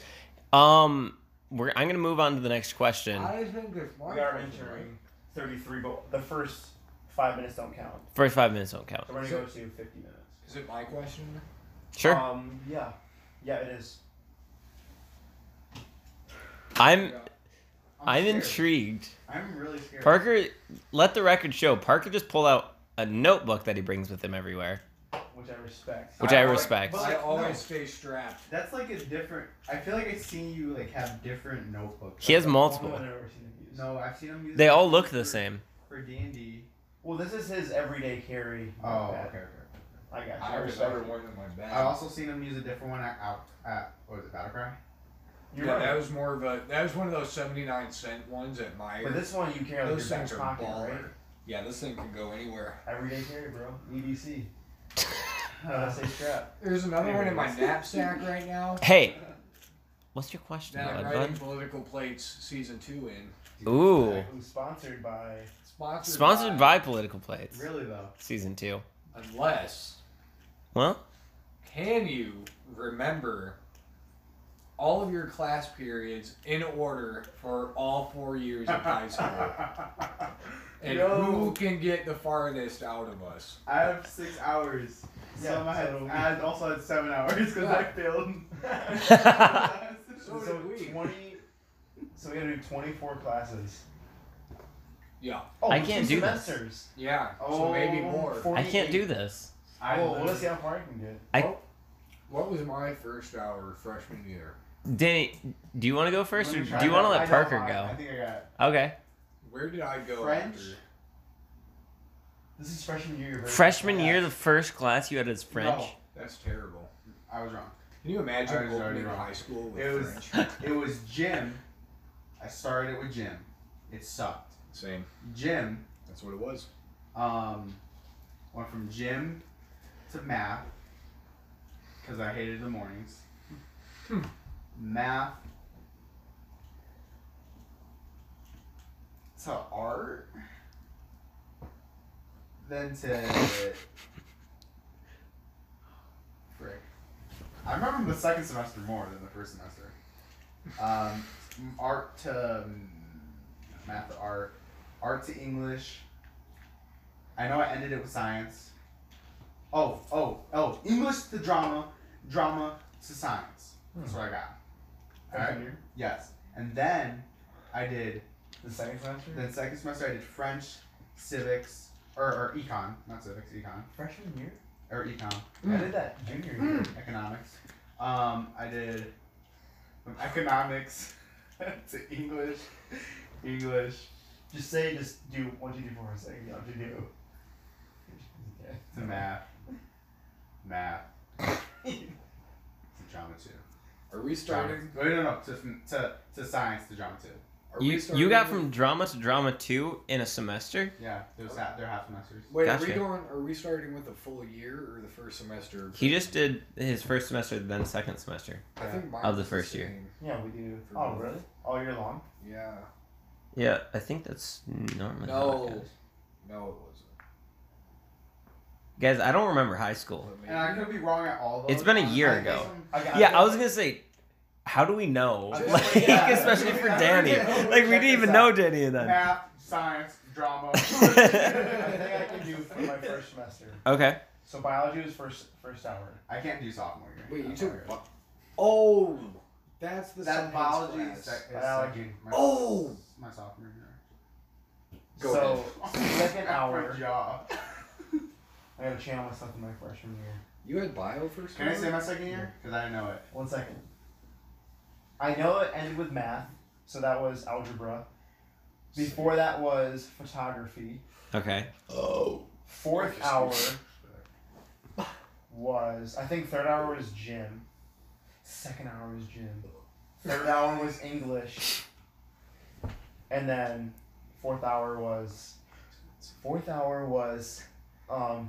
Speaker 1: Um, we're I'm gonna move on to the next question.
Speaker 5: think there's more.
Speaker 3: We are entering 33, but the first five minutes don't count.
Speaker 1: First five minutes don't count.
Speaker 3: So we're gonna go to 50 minutes.
Speaker 5: Is it my question?
Speaker 1: Sure.
Speaker 3: Um, yeah, yeah, it is.
Speaker 1: I'm
Speaker 4: I'm
Speaker 1: I'm
Speaker 4: scared.
Speaker 1: intrigued.
Speaker 4: I'm really scared.
Speaker 1: Parker, let the record show. Parker just pulled out a notebook that he brings with him everywhere,
Speaker 3: Which I respect.
Speaker 1: which
Speaker 4: I
Speaker 1: I,
Speaker 4: like-
Speaker 1: respect.
Speaker 4: but-
Speaker 5: I
Speaker 4: No.
Speaker 5: always stay strapped.
Speaker 4: That's like a different. I feel like I've seen you like have different notebooks.
Speaker 1: He has
Speaker 4: Like,
Speaker 3: Only
Speaker 1: multiple.
Speaker 3: one I've ever seen him use.
Speaker 4: No, I've seen him use.
Speaker 1: They
Speaker 4: it
Speaker 1: all look
Speaker 4: for-
Speaker 1: the
Speaker 4: (laughs)
Speaker 1: same.
Speaker 4: for D and D.
Speaker 3: Well, this is his everyday carry.
Speaker 4: Oh,
Speaker 3: notepad.
Speaker 4: okay, okay.
Speaker 3: I got you. I
Speaker 5: I
Speaker 3: respect
Speaker 5: remember
Speaker 3: it.
Speaker 5: one in my bag.
Speaker 4: I also seen him use a different one at out at what was it, Battlecry?
Speaker 3: You're
Speaker 5: yeah,
Speaker 3: right.
Speaker 5: that was more of a. That was one of those seventy-nine cent ones at my.
Speaker 3: But this one you carry out of
Speaker 5: those
Speaker 3: your
Speaker 5: things
Speaker 3: back
Speaker 5: are
Speaker 3: pocket,
Speaker 5: baller.
Speaker 3: right?
Speaker 5: Yeah, this thing can go anywhere.
Speaker 3: Everyday carry, bro. E EDC.
Speaker 5: (sighs)
Speaker 3: Uh, say strap.
Speaker 5: There's another one in my
Speaker 3: Anyways.
Speaker 5: knapsack right now.
Speaker 1: Hey, what's your question,
Speaker 5: That I'm
Speaker 1: bud?
Speaker 5: writing political plates season two in.
Speaker 1: Ooh,
Speaker 3: Who's sponsored by?
Speaker 5: Sponsored.
Speaker 1: sponsored by Political Plates,
Speaker 4: Really
Speaker 5: (laughs)
Speaker 4: though.
Speaker 1: season two.
Speaker 5: Unless.
Speaker 1: Well,
Speaker 5: Can you remember all of your class periods in order for all four years of (laughs) high school? And
Speaker 4: Yo.
Speaker 5: who can get the farthest out of us?
Speaker 4: I have six hours.
Speaker 3: Yeah,
Speaker 4: Some I had.
Speaker 3: so it'll be-
Speaker 4: I had also had seven hours because I
Speaker 1: (laughs)
Speaker 4: failed. (laughs)
Speaker 5: So
Speaker 3: (laughs) so
Speaker 5: did we.
Speaker 3: twenty. So we gotta do twenty-four classes.
Speaker 5: Yeah.
Speaker 3: Oh,
Speaker 1: I
Speaker 3: two
Speaker 1: can't do this.
Speaker 3: semesters.
Speaker 5: Yeah. so maybe more.
Speaker 1: I can't do this.
Speaker 4: I
Speaker 3: well, let's
Speaker 4: literally-
Speaker 3: see how far I can get.
Speaker 5: What was my first hour freshman year?
Speaker 1: Danny, do you want to go first,
Speaker 4: Let
Speaker 1: or
Speaker 4: me try
Speaker 1: do you want to
Speaker 4: that.
Speaker 1: let
Speaker 4: I got
Speaker 1: Parker
Speaker 4: mine. I
Speaker 1: go?
Speaker 4: think I got.
Speaker 1: Okay.
Speaker 5: Where did I go?
Speaker 4: French?
Speaker 5: after?
Speaker 3: This is freshman year. your very
Speaker 1: Freshman
Speaker 3: first
Speaker 1: year,
Speaker 3: class.
Speaker 1: the first class you had is French.
Speaker 4: No,
Speaker 5: That's terrible.
Speaker 4: I was wrong.
Speaker 5: Can you
Speaker 4: I
Speaker 5: imagine
Speaker 4: was
Speaker 5: going
Speaker 4: already
Speaker 5: to
Speaker 4: wrong.
Speaker 5: high school with
Speaker 4: It was-
Speaker 5: French?
Speaker 4: (laughs) It was Jim. I started it with Jim. It sucked.
Speaker 5: Same.
Speaker 4: Jim
Speaker 5: That's what it was.
Speaker 4: Um, went from gym to math because I hated the mornings.
Speaker 5: Hmm.
Speaker 4: Math to art, then to frick. I remember the second semester more than the first semester. Um, art to math to art, art to English. I know I ended it with science. Oh, oh, oh. English to drama, drama to science. That's what I got.
Speaker 3: Freshman
Speaker 4: Alright?
Speaker 3: year,
Speaker 4: Yes. And then I did,
Speaker 3: the second semester.
Speaker 4: then second semester I did French, civics, or, or econ, not civics, econ,
Speaker 3: freshman year.
Speaker 4: or econ,
Speaker 1: Mm.
Speaker 3: I did that junior year.
Speaker 4: economics. Um, I did from economics (laughs) to English, English
Speaker 3: Just say, just do one, two, three, four, and say, you know, to do.
Speaker 4: to math, math to drama too.
Speaker 5: Are we starting?
Speaker 4: Starting. Wait, no, no, to, to, to science, to drama too.
Speaker 5: Are we
Speaker 1: You,
Speaker 5: starting
Speaker 1: you got
Speaker 5: with-
Speaker 1: from drama to drama two in a semester?
Speaker 4: Yeah, there's that. They're half semesters.
Speaker 5: Wait, are we
Speaker 1: Gotcha.
Speaker 5: going? Are we starting with the full year or the first semester?
Speaker 1: He just did his first semester, then second semester.
Speaker 5: I think mine
Speaker 1: Of the
Speaker 5: was
Speaker 1: first year.
Speaker 5: same.
Speaker 3: Yeah, we do. Oh, really? All year long?
Speaker 5: Yeah.
Speaker 1: Yeah, I think that's normally. how it
Speaker 5: No.
Speaker 1: goes.
Speaker 5: No, it
Speaker 1: Guys, I don't remember high school.
Speaker 5: wasn't.
Speaker 4: And I could be wrong at all. Those.
Speaker 1: It's been a
Speaker 4: I-
Speaker 1: year
Speaker 4: I-
Speaker 1: ago.
Speaker 3: I got
Speaker 1: Yeah, I was gonna say, how do we know?
Speaker 4: I
Speaker 1: (laughs)
Speaker 4: was
Speaker 1: Like,
Speaker 4: like, yeah.
Speaker 1: especially for Danny.
Speaker 4: Yeah.
Speaker 1: Like, we didn't even know Danny and then.
Speaker 4: Math, science,
Speaker 1: (laughs)
Speaker 4: drama.
Speaker 3: I think I can do for my first semester.
Speaker 1: Okay.
Speaker 3: So biology was first first hour.
Speaker 4: I can't do sophomore year.
Speaker 9: Wait, you
Speaker 4: Sophomore
Speaker 9: took
Speaker 4: year.
Speaker 9: bu- Oh, that's the
Speaker 4: that
Speaker 9: science
Speaker 4: biology
Speaker 9: class.
Speaker 4: is sec- is
Speaker 3: Biology.
Speaker 4: second- my-
Speaker 9: Oh!
Speaker 4: my sophomore year. (laughs)
Speaker 9: Go
Speaker 3: so second
Speaker 4: Crap
Speaker 3: hour,
Speaker 4: job.
Speaker 3: I gotta channel myself in my freshman year.
Speaker 9: You had bio first.
Speaker 4: Can I
Speaker 9: year?
Speaker 4: say my second year? Because I didn't know it.
Speaker 3: One second. I know it ended with math, so that was algebra. Before that was photography.
Speaker 1: Okay.
Speaker 9: Oh.
Speaker 4: (laughs)
Speaker 3: Fourth hour was I think third hour was gym. Second hour was gym. Third hour was English. And then fourth hour was fourth hour was um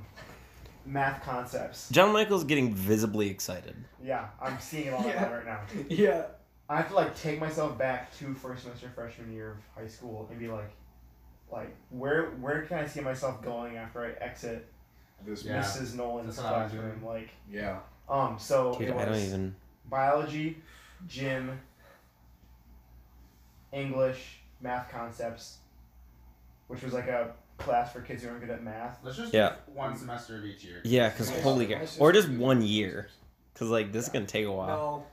Speaker 3: math concepts.
Speaker 1: John Michael's getting visibly excited.
Speaker 3: Yeah, I'm seeing it all
Speaker 9: Yeah.
Speaker 3: right now.
Speaker 9: Yeah.
Speaker 3: I have to like take myself back to first semester freshman year of high school and be like, like where where can I see myself going after I exit
Speaker 9: This
Speaker 4: Yeah.
Speaker 3: Mrs. Nolan's
Speaker 4: That's what I was
Speaker 3: classroom?
Speaker 4: doing.
Speaker 3: Like,
Speaker 5: Yeah.
Speaker 3: um, so
Speaker 1: Dude,
Speaker 3: it was
Speaker 1: I don't even.
Speaker 3: biology, gym, English, math concepts, which was like a class for kids who aren't good at math.
Speaker 4: Let's just
Speaker 1: Yeah.
Speaker 4: do one semester of each year.
Speaker 1: Yeah, because holy cow. Or just one year. Because, like, this is going to take a while.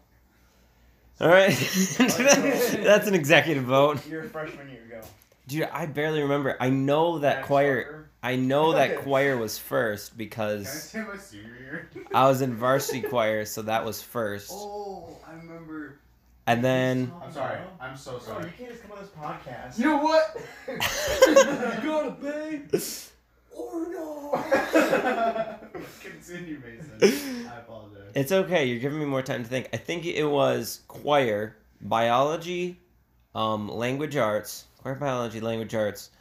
Speaker 9: No.
Speaker 1: All right. (laughs) That's an executive vote.
Speaker 3: Your freshman year go.
Speaker 1: Dude, I barely remember. I know that
Speaker 3: Max
Speaker 1: choir.
Speaker 3: Zucker.
Speaker 1: I know that
Speaker 3: Okay.
Speaker 1: choir was first
Speaker 4: Can I
Speaker 1: because
Speaker 4: say my senior (laughs) year?
Speaker 1: I was in varsity choir, so that was first.
Speaker 4: Oh, I remember.
Speaker 1: And then
Speaker 4: I'm sorry. I'm
Speaker 3: Bro,
Speaker 4: so
Speaker 3: Oh, you
Speaker 4: sorry.
Speaker 3: can't just come on this podcast.
Speaker 4: You know what?
Speaker 9: Gotta be. Or no.
Speaker 4: (laughs) Continue, Mason. I apologize.
Speaker 1: it's okay. You're giving me more time to think. I think it was choir, biology, um, language arts, choir, biology, language arts.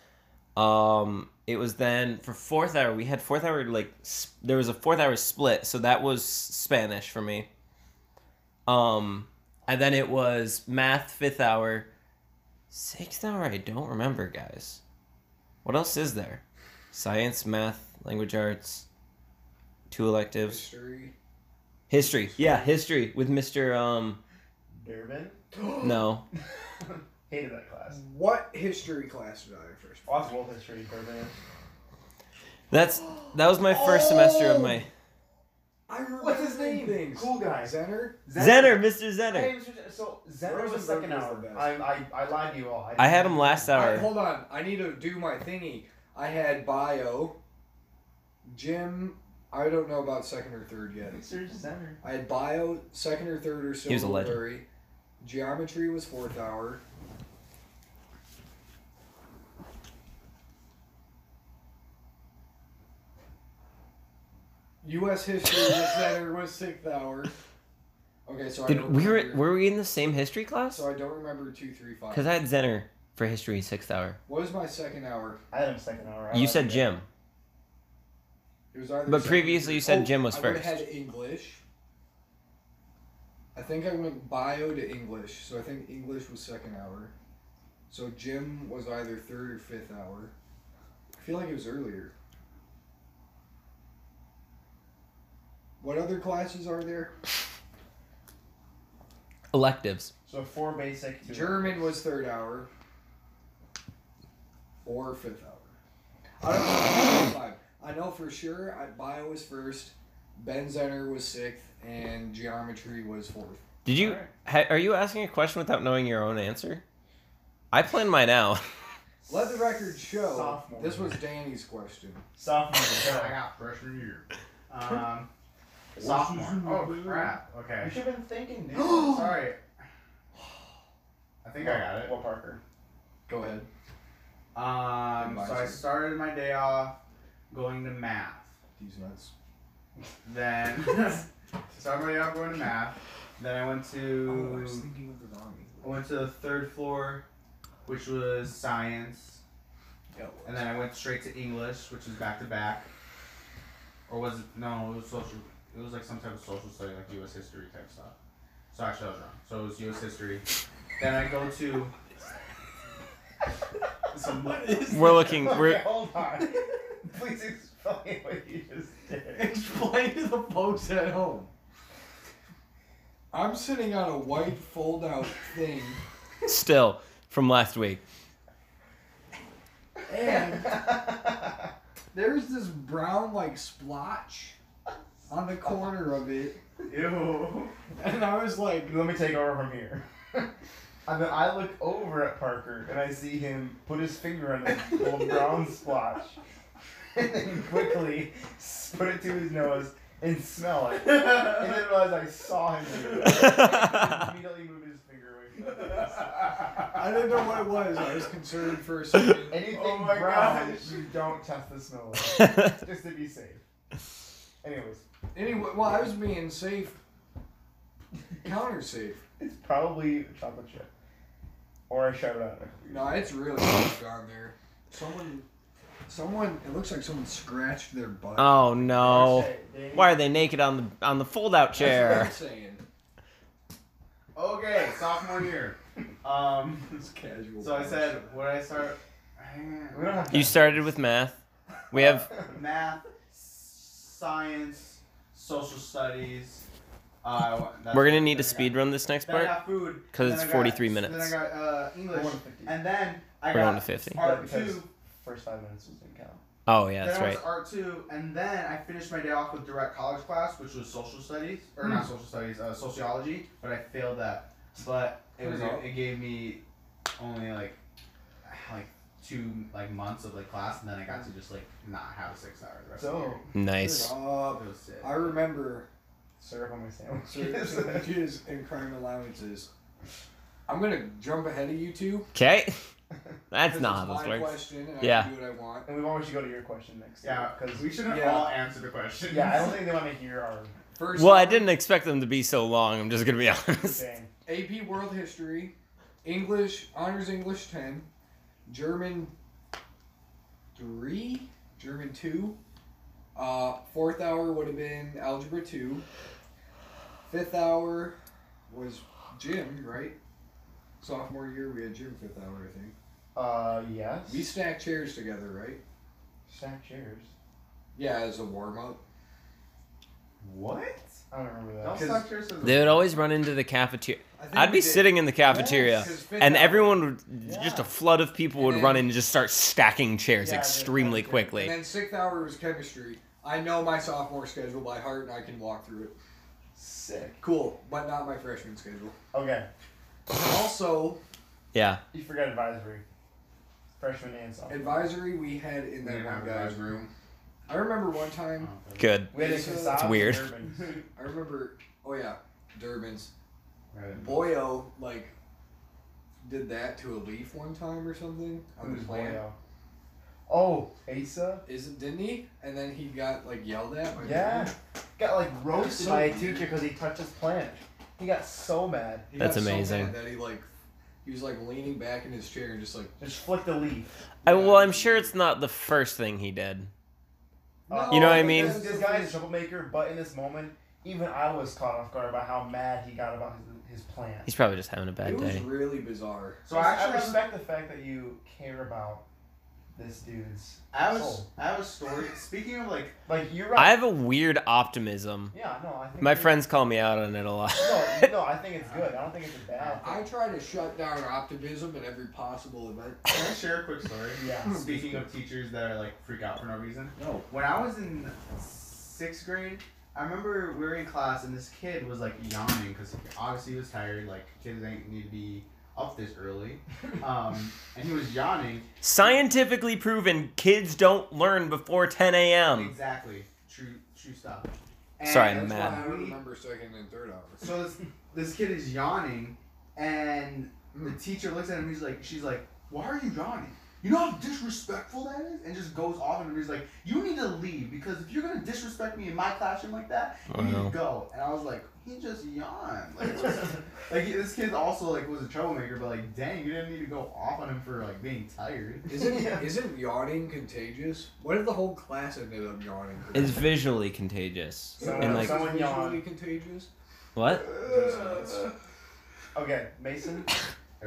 Speaker 1: Um, it was then for fourth hour. We had fourth hour like s there was a fourth hour split, so that was Spanish for me. Um, and then it was math fifth hour, sixth hour. I don't remember, guys. What else is there? Science, math, language arts, two electives.
Speaker 9: History.
Speaker 1: History. Yeah, history with Mr. Um
Speaker 3: Durbin
Speaker 1: no.
Speaker 3: hated that class.
Speaker 9: What history class did I have first?
Speaker 3: Lost world history, Durbin.
Speaker 1: That's that was my first semester of my
Speaker 9: (gasps) I remember
Speaker 3: What's his name?
Speaker 9: Things.
Speaker 3: Cool guy.
Speaker 9: Zener.
Speaker 3: Oh,
Speaker 1: Zener, Mr.
Speaker 3: Hey,
Speaker 1: Zener.
Speaker 3: Mr. Zen- so Zen was
Speaker 9: Rosen
Speaker 3: the second
Speaker 9: Burger is
Speaker 3: hour.
Speaker 9: the best.
Speaker 3: I, I I lied to you all.
Speaker 1: I had him last
Speaker 5: I,
Speaker 1: hour.
Speaker 5: hold on. I need to do my thingy. I had bio, gym. I don't know about second or third yet.
Speaker 3: Mr. Zenner.
Speaker 5: I had bio, second or third or so.
Speaker 1: He was a legend.
Speaker 5: Missouri. Geometry was fourth hour. U.S. history
Speaker 1: (laughs)
Speaker 5: was center was sixth hour. Okay, so I
Speaker 1: Did
Speaker 5: don't
Speaker 1: we were
Speaker 5: remember-
Speaker 1: were we in the same history class?
Speaker 5: so I don't remember two, three, five.
Speaker 1: Cuz I had Zener for history 6th hour.
Speaker 5: what was my second hour?
Speaker 3: I had him second hour. I
Speaker 1: You
Speaker 3: lied
Speaker 1: said
Speaker 3: to
Speaker 1: gym.
Speaker 5: It was either
Speaker 1: But
Speaker 5: second-
Speaker 1: previously you said
Speaker 5: Oh,
Speaker 1: gym was
Speaker 5: I would've
Speaker 1: first.
Speaker 5: had English. I think I went bio to English, so I think English was second hour. So gym was either third or fifth hour. I feel like it was earlier. What other classes are there?
Speaker 1: Electives.
Speaker 3: So four basic. two-
Speaker 5: German was third hour or fifth hour. I don't know. Five. I know for sure. I, bio was first. Ben Zenner was sixth, and geometry was fourth.
Speaker 1: Did you ha, are you asking a question without knowing your own answer? I plan mine out. (laughs)
Speaker 5: Let the record show.
Speaker 3: Sophomore
Speaker 5: This was Danny's question.
Speaker 3: sophomore. (laughs)
Speaker 4: I
Speaker 3: year.
Speaker 4: got freshman year. (laughs) Um, sophomore. Oh crap.
Speaker 3: You
Speaker 4: Okay. (gasps)
Speaker 3: should have been thinking. (gasps) Nick.
Speaker 4: Sorry. I think I got it.
Speaker 3: Well, (laughs) Parker.
Speaker 5: Go ahead.
Speaker 4: Um, so I
Speaker 5: Advisor.
Speaker 4: started my day off going to math.
Speaker 5: These nuts. (laughs)
Speaker 4: Then (laughs) started my day off going to math. Then I went
Speaker 5: Oh, I
Speaker 4: to
Speaker 5: was thinking of (laughs) the wrong.
Speaker 4: I went to the third floor, which was science,
Speaker 5: Yeah,
Speaker 4: and then I went straight to English, which was back to back. Or was it no? It was social. It was like some type of social study, like U.S. history type stuff. So actually, I was wrong. So it was U.S. history. then I go
Speaker 5: (laughs)
Speaker 4: to (laughs) some.
Speaker 1: We're looking we're
Speaker 3: hold on. Please explain what you just did.
Speaker 5: Explain to the folks at home. I'm sitting on a white fold-out thing
Speaker 1: still from last week.
Speaker 3: (laughs)
Speaker 5: And there's this brown like splotch on the corner of it,
Speaker 4: Ew.
Speaker 5: and I was like,
Speaker 3: Let me take over from here. (laughs) And then I look over at Parker and I see him put his finger on the
Speaker 5: (laughs)
Speaker 3: little brown splotch (laughs) and then quickly s- put it to his nose and smell it.
Speaker 5: (laughs)
Speaker 3: And then realize I saw him do
Speaker 5: (laughs)
Speaker 3: it. immediately moved his finger away from the
Speaker 5: I didn't know what it was. I was concerned for a second.
Speaker 3: Anything
Speaker 4: Oh my
Speaker 3: brown,
Speaker 4: gosh.
Speaker 3: you don't test the smell of just to be safe. Anyways,
Speaker 5: Anyway, well, I was being safe, counter safe.
Speaker 3: it's probably a chocolate chip. Or a shout out.
Speaker 5: No, it's really dark down there. Someone, someone. It looks like someone scratched their butt.
Speaker 1: (laughs) Oh no!
Speaker 3: Danny,
Speaker 1: Why are they naked on the on the fold-out
Speaker 5: (laughs)
Speaker 1: chair?
Speaker 5: That's what I'm saying.
Speaker 4: Okay, sophomore year. Um,
Speaker 5: It's casual.
Speaker 4: so I said, what did I start?
Speaker 3: We don't have
Speaker 1: You started with math. We have
Speaker 4: math, science, social studies. Uh, that's
Speaker 1: we're gonna need to
Speaker 4: then I got-
Speaker 1: speed run this next
Speaker 4: Then I
Speaker 1: part.
Speaker 4: got food.
Speaker 1: 'Cause
Speaker 4: then
Speaker 1: it's
Speaker 4: I got-
Speaker 1: 43 minutes.
Speaker 4: Then I got uh, English,
Speaker 3: 150.
Speaker 4: and then I
Speaker 1: We're
Speaker 4: got
Speaker 1: going to 50.
Speaker 3: Yeah,
Speaker 4: art
Speaker 3: because
Speaker 4: two.
Speaker 3: first five minutes was didn't count.
Speaker 1: Oh yeah,
Speaker 4: then
Speaker 1: that's
Speaker 4: I
Speaker 1: right.
Speaker 4: went to art two, and then I finished my day off with direct college class, which was social studies or not social studies, uh, sociology. But I failed that. But it was
Speaker 5: Result.
Speaker 4: it gave me only like like two like months of like class, and then I got to just like not have a six hour the rest of the
Speaker 3: So,
Speaker 4: year.
Speaker 1: Nice.
Speaker 5: Uh,
Speaker 4: It was sick.
Speaker 5: I remember
Speaker 3: syrup on my
Speaker 4: (laughs)
Speaker 5: certain
Speaker 3: (laughs) sandwich.
Speaker 5: sandwiches and crime allowances. I'm gonna jump ahead of you two.
Speaker 1: (laughs) Okay. That's
Speaker 5: 'cause
Speaker 1: not
Speaker 5: it's
Speaker 1: how this
Speaker 5: my
Speaker 1: works.
Speaker 5: question, and I
Speaker 1: Yeah.
Speaker 5: can do what I want.
Speaker 3: and we always should go to your question next.
Speaker 4: Yeah,
Speaker 3: because
Speaker 4: because we shouldn't
Speaker 5: Yeah.
Speaker 4: all answer the question.
Speaker 3: yeah, I don't think they want to hear (laughs) our
Speaker 5: First,
Speaker 1: Well, I didn't expect them to be so long. I'm just gonna be (laughs) honest.
Speaker 3: thing.
Speaker 5: AP World History, English Honors English ten, German three, German two. Uh, fourth hour would have been Algebra two. Fifth hour was gym, right? Sophomore year we had gym fifth hour, I think.
Speaker 3: Uh, yes.
Speaker 5: We stacked chairs together, right?
Speaker 3: stack chairs.
Speaker 5: Yeah, as a warm up.
Speaker 4: (laughs) What?
Speaker 3: I don't remember that.
Speaker 4: Don't
Speaker 3: 'Cause
Speaker 4: suck yourself.
Speaker 1: They would always run into the cafeteria. I'd be sitting in the
Speaker 5: Yeah,
Speaker 1: cafeteria,
Speaker 5: 'cause fifth
Speaker 1: and
Speaker 5: hour-
Speaker 1: everyone would just a flood of people would
Speaker 5: And
Speaker 1: run in
Speaker 5: then-
Speaker 1: and just start stacking chairs
Speaker 3: Yeah,
Speaker 1: extremely
Speaker 3: they're-
Speaker 5: And
Speaker 1: quickly.
Speaker 5: then sixth hour was chemistry. I know my sophomore schedule by heart, and I can walk through it.
Speaker 3: sick.
Speaker 5: Cool, but not my freshman schedule.
Speaker 3: Okay,
Speaker 5: Also,
Speaker 1: Yeah.
Speaker 3: you forgot advisory. Freshman and sophomore.
Speaker 5: advisory we had in
Speaker 4: We
Speaker 5: that
Speaker 4: didn't
Speaker 5: one
Speaker 4: have
Speaker 5: guy's
Speaker 4: advisory.
Speaker 5: room. I remember one time.
Speaker 1: Good.
Speaker 3: we had a
Speaker 5: It's, uh,
Speaker 3: Casabs
Speaker 1: It's
Speaker 3: and
Speaker 1: weird.
Speaker 3: (laughs) Durbans.
Speaker 5: I remember. Oh yeah, Durbin's Boyo like did that to a leaf one time or something on
Speaker 3: Who's
Speaker 5: the plant.
Speaker 3: Boyo? Oh, Asa.
Speaker 5: Isn't didn't he? And then he got like yelled at. By
Speaker 3: Yeah, got like roasted
Speaker 5: So
Speaker 3: by a
Speaker 5: weird.
Speaker 3: teacher because he touched his plant. He got so mad.
Speaker 5: He
Speaker 1: That's
Speaker 5: got so
Speaker 1: amazing.
Speaker 5: mad that he like he was like leaning back in his chair and just like.
Speaker 3: Just flicked a leaf.
Speaker 1: I, well, I'm sure it's not the first thing he did.
Speaker 3: Uh,
Speaker 1: You know what I
Speaker 3: this-
Speaker 1: mean?
Speaker 3: This, this guy's a troublemaker, but in this moment, even I was caught off guard by how mad he got about his, his plan.
Speaker 1: He's probably just having a bad
Speaker 5: It was
Speaker 1: day.
Speaker 5: really bizarre.
Speaker 4: So I actually
Speaker 3: I respect the fact that you care about this dude's.
Speaker 4: I have a,
Speaker 3: soul.
Speaker 4: I have a story. Speaking of like,
Speaker 3: Like you're
Speaker 1: I
Speaker 3: right.
Speaker 1: have a weird optimism.
Speaker 3: yeah, no, I think
Speaker 1: My
Speaker 3: you're-
Speaker 1: friends call me out on it a lot.
Speaker 3: (laughs)
Speaker 1: (laughs)
Speaker 3: No, no, I think it's good. I don't think it's a bad.
Speaker 5: I try to shut down optimism at every possible
Speaker 1: (laughs)
Speaker 5: event.
Speaker 4: can I share a quick story?
Speaker 3: Yeah.
Speaker 4: Speaking of teachers that are like freak out for no reason.
Speaker 5: No.
Speaker 4: When I was in sixth grade, I remember we were in class and this kid was like yawning because obviously he was tired. Like kids ain't need to be up this early, um, and he was yawning.
Speaker 1: Scientifically proven, kids don't learn before 10 a.m.
Speaker 4: Exactly. True. True stuff. And
Speaker 1: Um. Sorry, I'm
Speaker 4: that's
Speaker 1: mad.
Speaker 4: why
Speaker 5: I
Speaker 4: we-
Speaker 5: remember second and third hours.
Speaker 4: So this this kid is yawning, and
Speaker 1: Hmm.
Speaker 4: the teacher looks at him. He's like, she's like, why are you yawning? You know how disrespectful that is, and just goes off on him. He's like, you need to leave because if you're gonna disrespect me in my classroom like that, you need
Speaker 1: Wow.
Speaker 4: to go. And I was like, he just yawned. Like, just- like this kid also like was a troublemaker, but like, dang, you didn't need to go off on him for like being tired. (laughs)
Speaker 5: Isn't isn't yawning contagious? What if the whole class ended up yawning?
Speaker 1: It's visually (laughs) contagious.
Speaker 3: So-
Speaker 1: and like,
Speaker 3: someone yawned.
Speaker 5: Visually contagious.
Speaker 1: what?
Speaker 3: (laughs)
Speaker 4: Uh,
Speaker 3: Okay, Mason,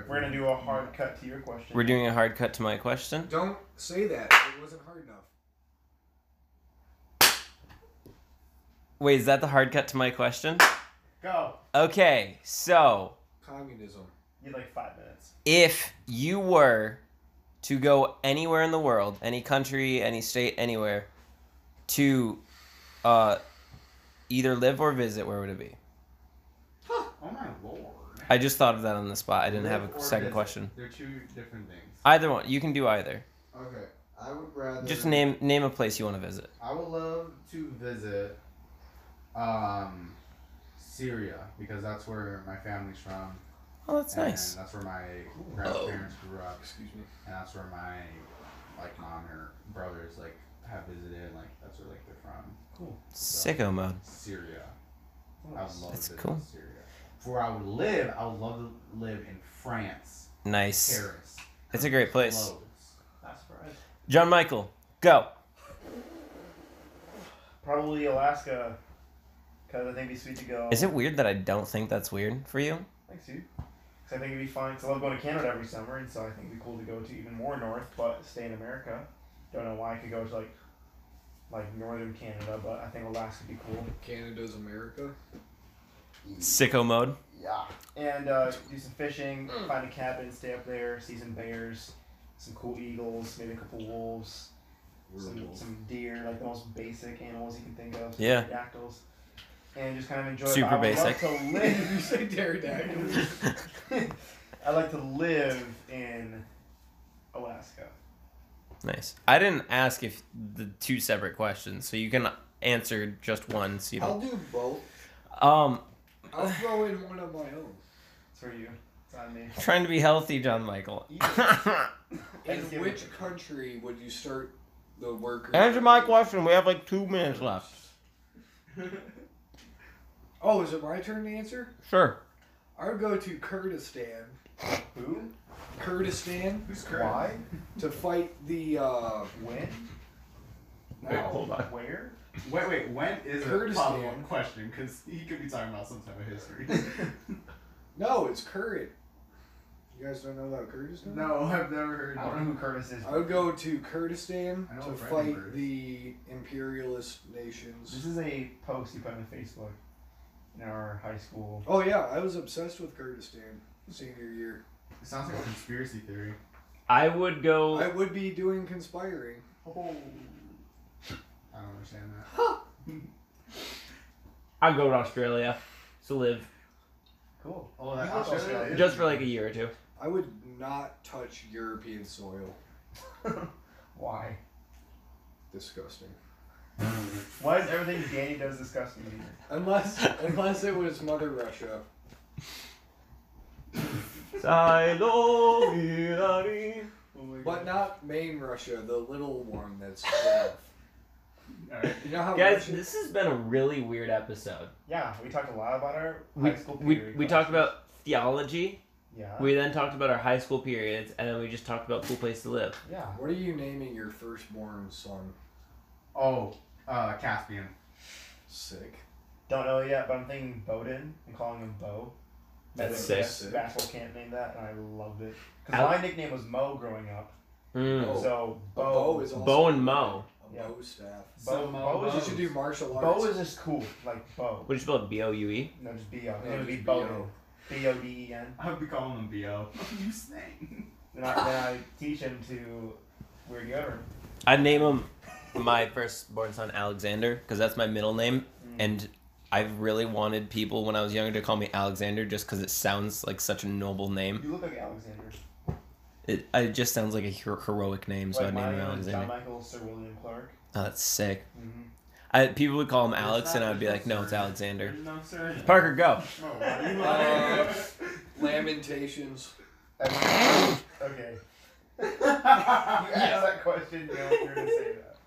Speaker 3: we're gonna do a hard cut to your question.
Speaker 1: We're doing a hard cut to my question.
Speaker 5: Don't say that. It wasn't hard enough.
Speaker 1: Wait, is that the hard cut to my question?
Speaker 4: go.
Speaker 1: Okay, so
Speaker 5: Communism.
Speaker 3: You had, like five minutes.
Speaker 1: if you were to go anywhere in the world, any country, any state, anywhere, to uh, either live or visit, where would it be?
Speaker 4: Oh my lord.
Speaker 1: I just thought of that on the spot. I didn't have
Speaker 4: Live
Speaker 1: a
Speaker 4: or
Speaker 1: second
Speaker 4: visit.
Speaker 1: question.
Speaker 4: They're two different things.
Speaker 1: Either one. You can do either.
Speaker 5: Okay. I would rather.
Speaker 1: Just name name a place you want to visit.
Speaker 4: I would love to visit um, Syria because that's where my family's from.
Speaker 1: Oh, that's
Speaker 4: and
Speaker 1: nice.
Speaker 4: That's where my grandparents grew up. Excuse me. And that's where my like mom and her brothers like have visited. Like that's where like they're from.
Speaker 1: Sicko mode.
Speaker 4: Syria. I would love
Speaker 1: That's
Speaker 4: to visit
Speaker 1: cool.
Speaker 4: Syria. For I would live, I would love to live in France,
Speaker 1: Nice.
Speaker 4: Paris.
Speaker 1: It's a great place.
Speaker 4: Clothes.
Speaker 3: That's right.
Speaker 1: John Michael, go.
Speaker 3: Probably Alaska, because I think it'd be sweet to go.
Speaker 1: Is it weird that I don't think that's weird for you?
Speaker 3: Thanks, dude. 'Cause I think it'd be fun. Cause I love going to Canada every summer, and so I think it'd be cool to go to even more north, but stay in America. Don't know why I could go to like, like northern Canada, but I think Alaska'd be cool.
Speaker 5: Canada's America.
Speaker 1: Sicko mode.
Speaker 3: Yeah. And uh, do some fishing, find a cabin, stay up there, see some bears, some cool eagles, maybe a couple wolves, some, (laughs) some deer, like the most basic animals you can think of. some
Speaker 1: Yeah.
Speaker 3: Dactyls. And just kind of enjoy.
Speaker 1: Super
Speaker 3: I would love
Speaker 1: basic.
Speaker 3: to live.
Speaker 5: you (laughs) say pterodactyl.
Speaker 3: (laughs) I like to live in Alaska.
Speaker 1: (laughs) Nice. I didn't ask if the two separate questions, so you can answer just one. So you
Speaker 9: I'll
Speaker 1: don't.
Speaker 9: do both.
Speaker 1: Um,
Speaker 5: I'll throw in one of my own.
Speaker 3: It's for you. It's on me.
Speaker 1: trying to be healthy, John Michael. (laughs)
Speaker 5: In
Speaker 3: Thanksgiving.
Speaker 5: which country would you start the worker?
Speaker 1: Answer my question. We have like two minutes left.
Speaker 5: Oh, is it my turn to answer?
Speaker 1: Sure.
Speaker 5: I would go to Kurdistan.
Speaker 3: Who?
Speaker 5: Kurdistan
Speaker 4: Who's
Speaker 3: Why?
Speaker 5: to fight the uh
Speaker 3: When?
Speaker 5: no.
Speaker 4: Wait, hold
Speaker 1: on.
Speaker 3: Where?
Speaker 4: Wait, wait. When is a
Speaker 5: Kurdistan.
Speaker 4: follow-up question? Because he could be talking about some type of history.
Speaker 3: (laughs)
Speaker 5: No, it's current.
Speaker 9: You guys don't know about Kurdistan?
Speaker 4: no, (laughs) I've never heard.
Speaker 3: I don't know who Curtis is.
Speaker 5: I would go to Kurdistan
Speaker 4: I know
Speaker 5: to
Speaker 4: a friend in
Speaker 5: fight
Speaker 4: Kurdistan.
Speaker 5: the imperialist
Speaker 3: This
Speaker 5: nations.
Speaker 3: is a post you put on Facebook in our high school.
Speaker 5: Oh yeah, I was obsessed with Kurdistan senior year.
Speaker 4: It sounds like a conspiracy theory.
Speaker 1: I would
Speaker 5: I
Speaker 1: go.
Speaker 5: would be doing conspiring.
Speaker 4: I don't understand that.
Speaker 1: I'd go to Australia to live
Speaker 3: Cool.
Speaker 4: Oh, that
Speaker 3: You love
Speaker 4: Australia
Speaker 3: Australia.
Speaker 4: is-
Speaker 1: just for like a year or two.
Speaker 5: I would not touch European soil.
Speaker 3: Why?
Speaker 5: Disgusting.
Speaker 3: Why is everything Danny does disgusting to you?
Speaker 5: Unless unless it was Mother Russia.
Speaker 1: Silo Mirari.
Speaker 5: But not main Russia, the little one that's left.
Speaker 4: Alright.
Speaker 5: You know how
Speaker 1: Guys,
Speaker 5: Russia-
Speaker 1: this has been a really weird episode.
Speaker 3: Yeah, we talked a lot about our
Speaker 1: We,
Speaker 3: high school
Speaker 1: we,
Speaker 3: period
Speaker 1: we talked
Speaker 3: classes.
Speaker 1: about theology.
Speaker 3: Yeah.
Speaker 1: We then talked about our high school periods, and then we just talked about cool place to live.
Speaker 3: yeah.
Speaker 5: What are you naming your firstborn son?
Speaker 4: Oh, uh, Caspian.
Speaker 5: Sick.
Speaker 3: Don't know yet, but I'm thinking Bowden and calling him Bo.
Speaker 1: That's
Speaker 3: That was
Speaker 1: sick.
Speaker 3: a Basketball camp named that, and I loved it. Because
Speaker 1: Al-
Speaker 3: my nickname was Mo growing up.
Speaker 1: Mm.
Speaker 5: Oh.
Speaker 3: So
Speaker 5: A
Speaker 3: Bo,
Speaker 5: bow is also
Speaker 1: Bo and Mo.
Speaker 5: a
Speaker 3: Yeah.
Speaker 5: bow staff.
Speaker 3: Bo, Bo
Speaker 4: So
Speaker 3: is
Speaker 5: You
Speaker 4: Bows.
Speaker 3: just
Speaker 5: should do martial arts.
Speaker 3: Bo is just cool, like Bo.
Speaker 1: Would you spell it B O U E?
Speaker 3: No, just B O.
Speaker 5: No,
Speaker 3: It would be
Speaker 5: just B O.
Speaker 3: Bowden. B O D E N.
Speaker 4: I would be calling him B.O. (laughs) you snake.
Speaker 3: Then I, then I teach him to wear deodorant.
Speaker 1: I'd name him my firstborn son Alexander because that's my middle name, and I really wanted people when I was younger to call me Alexander just because it sounds like such a noble name.
Speaker 3: You look like Alexander.
Speaker 1: It, it just sounds like a hero- heroic name, so
Speaker 3: like
Speaker 1: I'd name
Speaker 3: my
Speaker 1: him
Speaker 3: name is John
Speaker 1: Alexander.
Speaker 3: Michael Sir William Clark.
Speaker 1: Oh, that's sick.
Speaker 3: hmm
Speaker 1: I, people would call him
Speaker 4: There's
Speaker 1: Alex,
Speaker 4: not-
Speaker 1: and I'd be
Speaker 4: there's
Speaker 1: like, no, it's
Speaker 4: sir.
Speaker 1: Alexander.
Speaker 4: There's no sir.
Speaker 1: Parker, go.
Speaker 4: Oh,
Speaker 3: (laughs)
Speaker 4: why are you
Speaker 5: Uh,
Speaker 4: lying?
Speaker 5: Lamentations.
Speaker 3: Uh, Okay. (laughs) You asked that question, you know, you're gonna say that.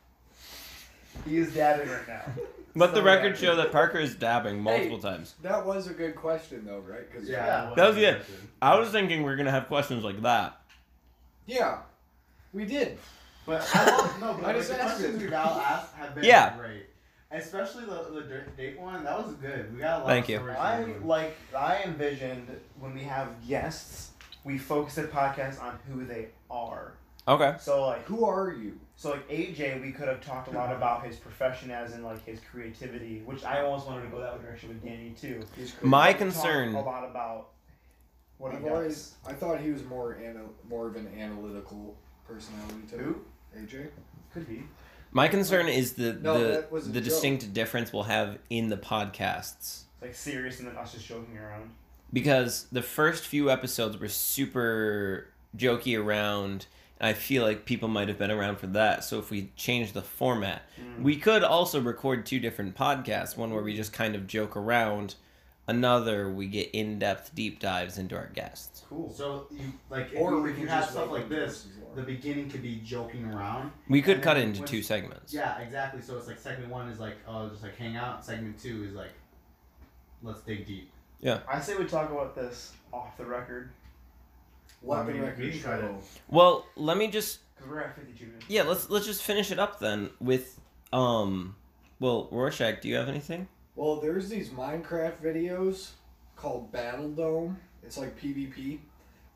Speaker 3: He is dabbing right now.
Speaker 1: Let the
Speaker 3: So
Speaker 1: record
Speaker 3: bad.
Speaker 1: show that Parker is dabbing multiple times.
Speaker 5: That was a good question though, right? 'Cause-
Speaker 4: Yeah,
Speaker 1: That was it. I was thinking we are gonna have questions like that.
Speaker 5: Yeah. We did.
Speaker 4: But I love, no, but
Speaker 5: I
Speaker 4: I
Speaker 5: just
Speaker 4: the
Speaker 5: asked
Speaker 4: questions
Speaker 5: it.
Speaker 4: we've all asked have been
Speaker 1: Yeah.
Speaker 4: great. Especially the, the dirt date one. That was good. We got a lot
Speaker 1: Thank
Speaker 4: of
Speaker 1: you.
Speaker 4: stories from
Speaker 3: I
Speaker 4: that one.
Speaker 3: like I envisioned when we have guests, we focus the podcast on who they are.
Speaker 1: Okay.
Speaker 3: So like
Speaker 5: Who are you?
Speaker 3: so like AJ, we could have talked a lot about his profession as in like his creativity, which I almost wanted to go that direction with Danny too.
Speaker 5: He's crazy.
Speaker 1: My
Speaker 3: We talked
Speaker 1: concern.
Speaker 3: a lot about what he
Speaker 5: I've
Speaker 3: does.
Speaker 5: always I thought he was more ana- more of an analytical personality type.
Speaker 3: Who?
Speaker 5: AJ.
Speaker 3: Could be.
Speaker 1: My concern is the
Speaker 5: No,
Speaker 1: the,
Speaker 5: that was a
Speaker 1: the
Speaker 5: joke.
Speaker 1: distinct difference we'll have in the podcasts
Speaker 3: Like serious and then us just joking around.
Speaker 1: because the first few episodes were super jokey around. And I feel like people might have been around for that. So if we change the format, we could also record two different podcasts. One where we just kind of joke around. Another, we get in depth deep dives into our guests.
Speaker 3: Cool.
Speaker 4: So you like if,
Speaker 5: Or
Speaker 4: or
Speaker 5: we
Speaker 4: if
Speaker 5: can
Speaker 4: you have
Speaker 5: just,
Speaker 4: stuff
Speaker 5: like,
Speaker 4: like this,
Speaker 5: explore.
Speaker 4: the beginning could be joking around.
Speaker 1: We could
Speaker 4: And
Speaker 1: cut it
Speaker 4: then
Speaker 1: into
Speaker 4: when-
Speaker 1: two segments.
Speaker 4: Yeah, exactly. So it's like segment one is like oh just like hang out. Segment two is like let's dig deep.
Speaker 3: I say we talk about this off the record
Speaker 5: Let
Speaker 4: I mean,
Speaker 5: the
Speaker 4: we
Speaker 5: record
Speaker 4: can try to-
Speaker 5: show.
Speaker 1: Well, let me just
Speaker 3: because we're at 52 minutes.
Speaker 1: Yeah, let's let's just finish it up then with um well, Rorschach, do you have anything?
Speaker 5: Well, there's these Minecraft videos called Battle Dome. It's like PvP,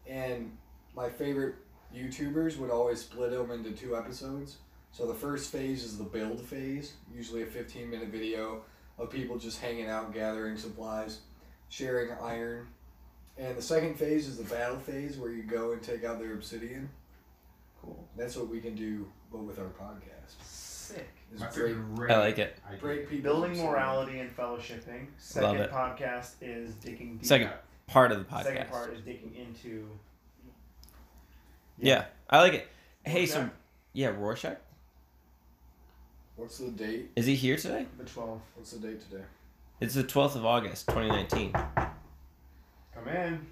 Speaker 5: and my favorite YouTubers would always split them into two episodes. So the first phase is the build phase, usually a 15 minute video of people just hanging out, gathering supplies, sharing iron. And the second phase is the battle phase where you go and take out their obsidian.
Speaker 3: Cool.
Speaker 5: That's what we can do, but with our podcast.
Speaker 3: Sick.
Speaker 5: Is
Speaker 4: That's a
Speaker 5: break,
Speaker 4: great
Speaker 1: I like it.
Speaker 4: idea.
Speaker 5: break people.
Speaker 3: Building morality and fellowshipping. Second
Speaker 1: it.
Speaker 3: podcast is digging deep.
Speaker 1: Second part of the podcast.
Speaker 3: Second part is digging into.
Speaker 1: yeah. I like it. Hey, so
Speaker 3: Rorschach?
Speaker 1: yeah, Rorschach?
Speaker 5: What's the date?
Speaker 1: Is he here today?
Speaker 3: The 12.
Speaker 5: What's the date today?
Speaker 1: It's the 12th of August, 2019.
Speaker 3: Come in.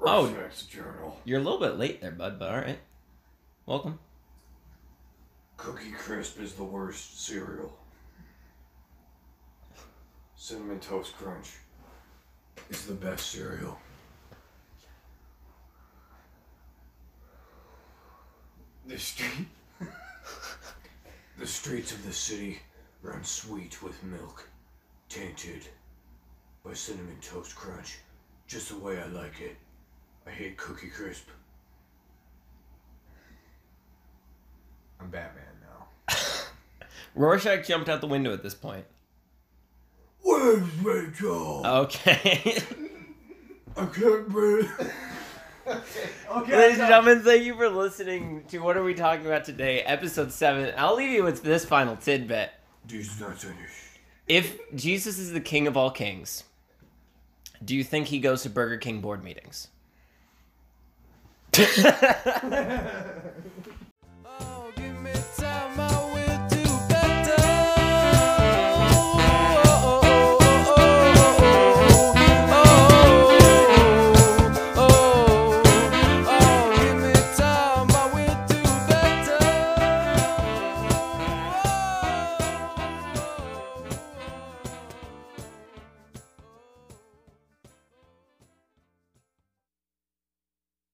Speaker 1: Oh.
Speaker 5: Rorschach's journal.
Speaker 1: You're a little bit late there, bud, but all right. Welcome.
Speaker 5: Cookie Crisp is the worst cereal. Cinnamon Toast Crunch is the best cereal. The street. (laughs) the streets of the city run sweet with milk, tainted by Cinnamon Toast Crunch, just the way I like it. I hate Cookie Crisp. I'm Batman now.
Speaker 1: Rorschach jumped out the window at this point.
Speaker 5: Where's
Speaker 1: Oh,
Speaker 5: Rachel?
Speaker 1: Okay.
Speaker 5: I can't breathe. (laughs)
Speaker 3: Okay.
Speaker 1: Ladies and gentlemen, thank you for listening to What Are We Talking About Today, episode 7. I'll leave you with this final tidbit.
Speaker 5: These nuts finished.
Speaker 1: If Jesus is the king of all kings, do you think he
Speaker 3: Oh, (laughs)
Speaker 1: goes to Burger King board meetings?
Speaker 2: Oh, Oh,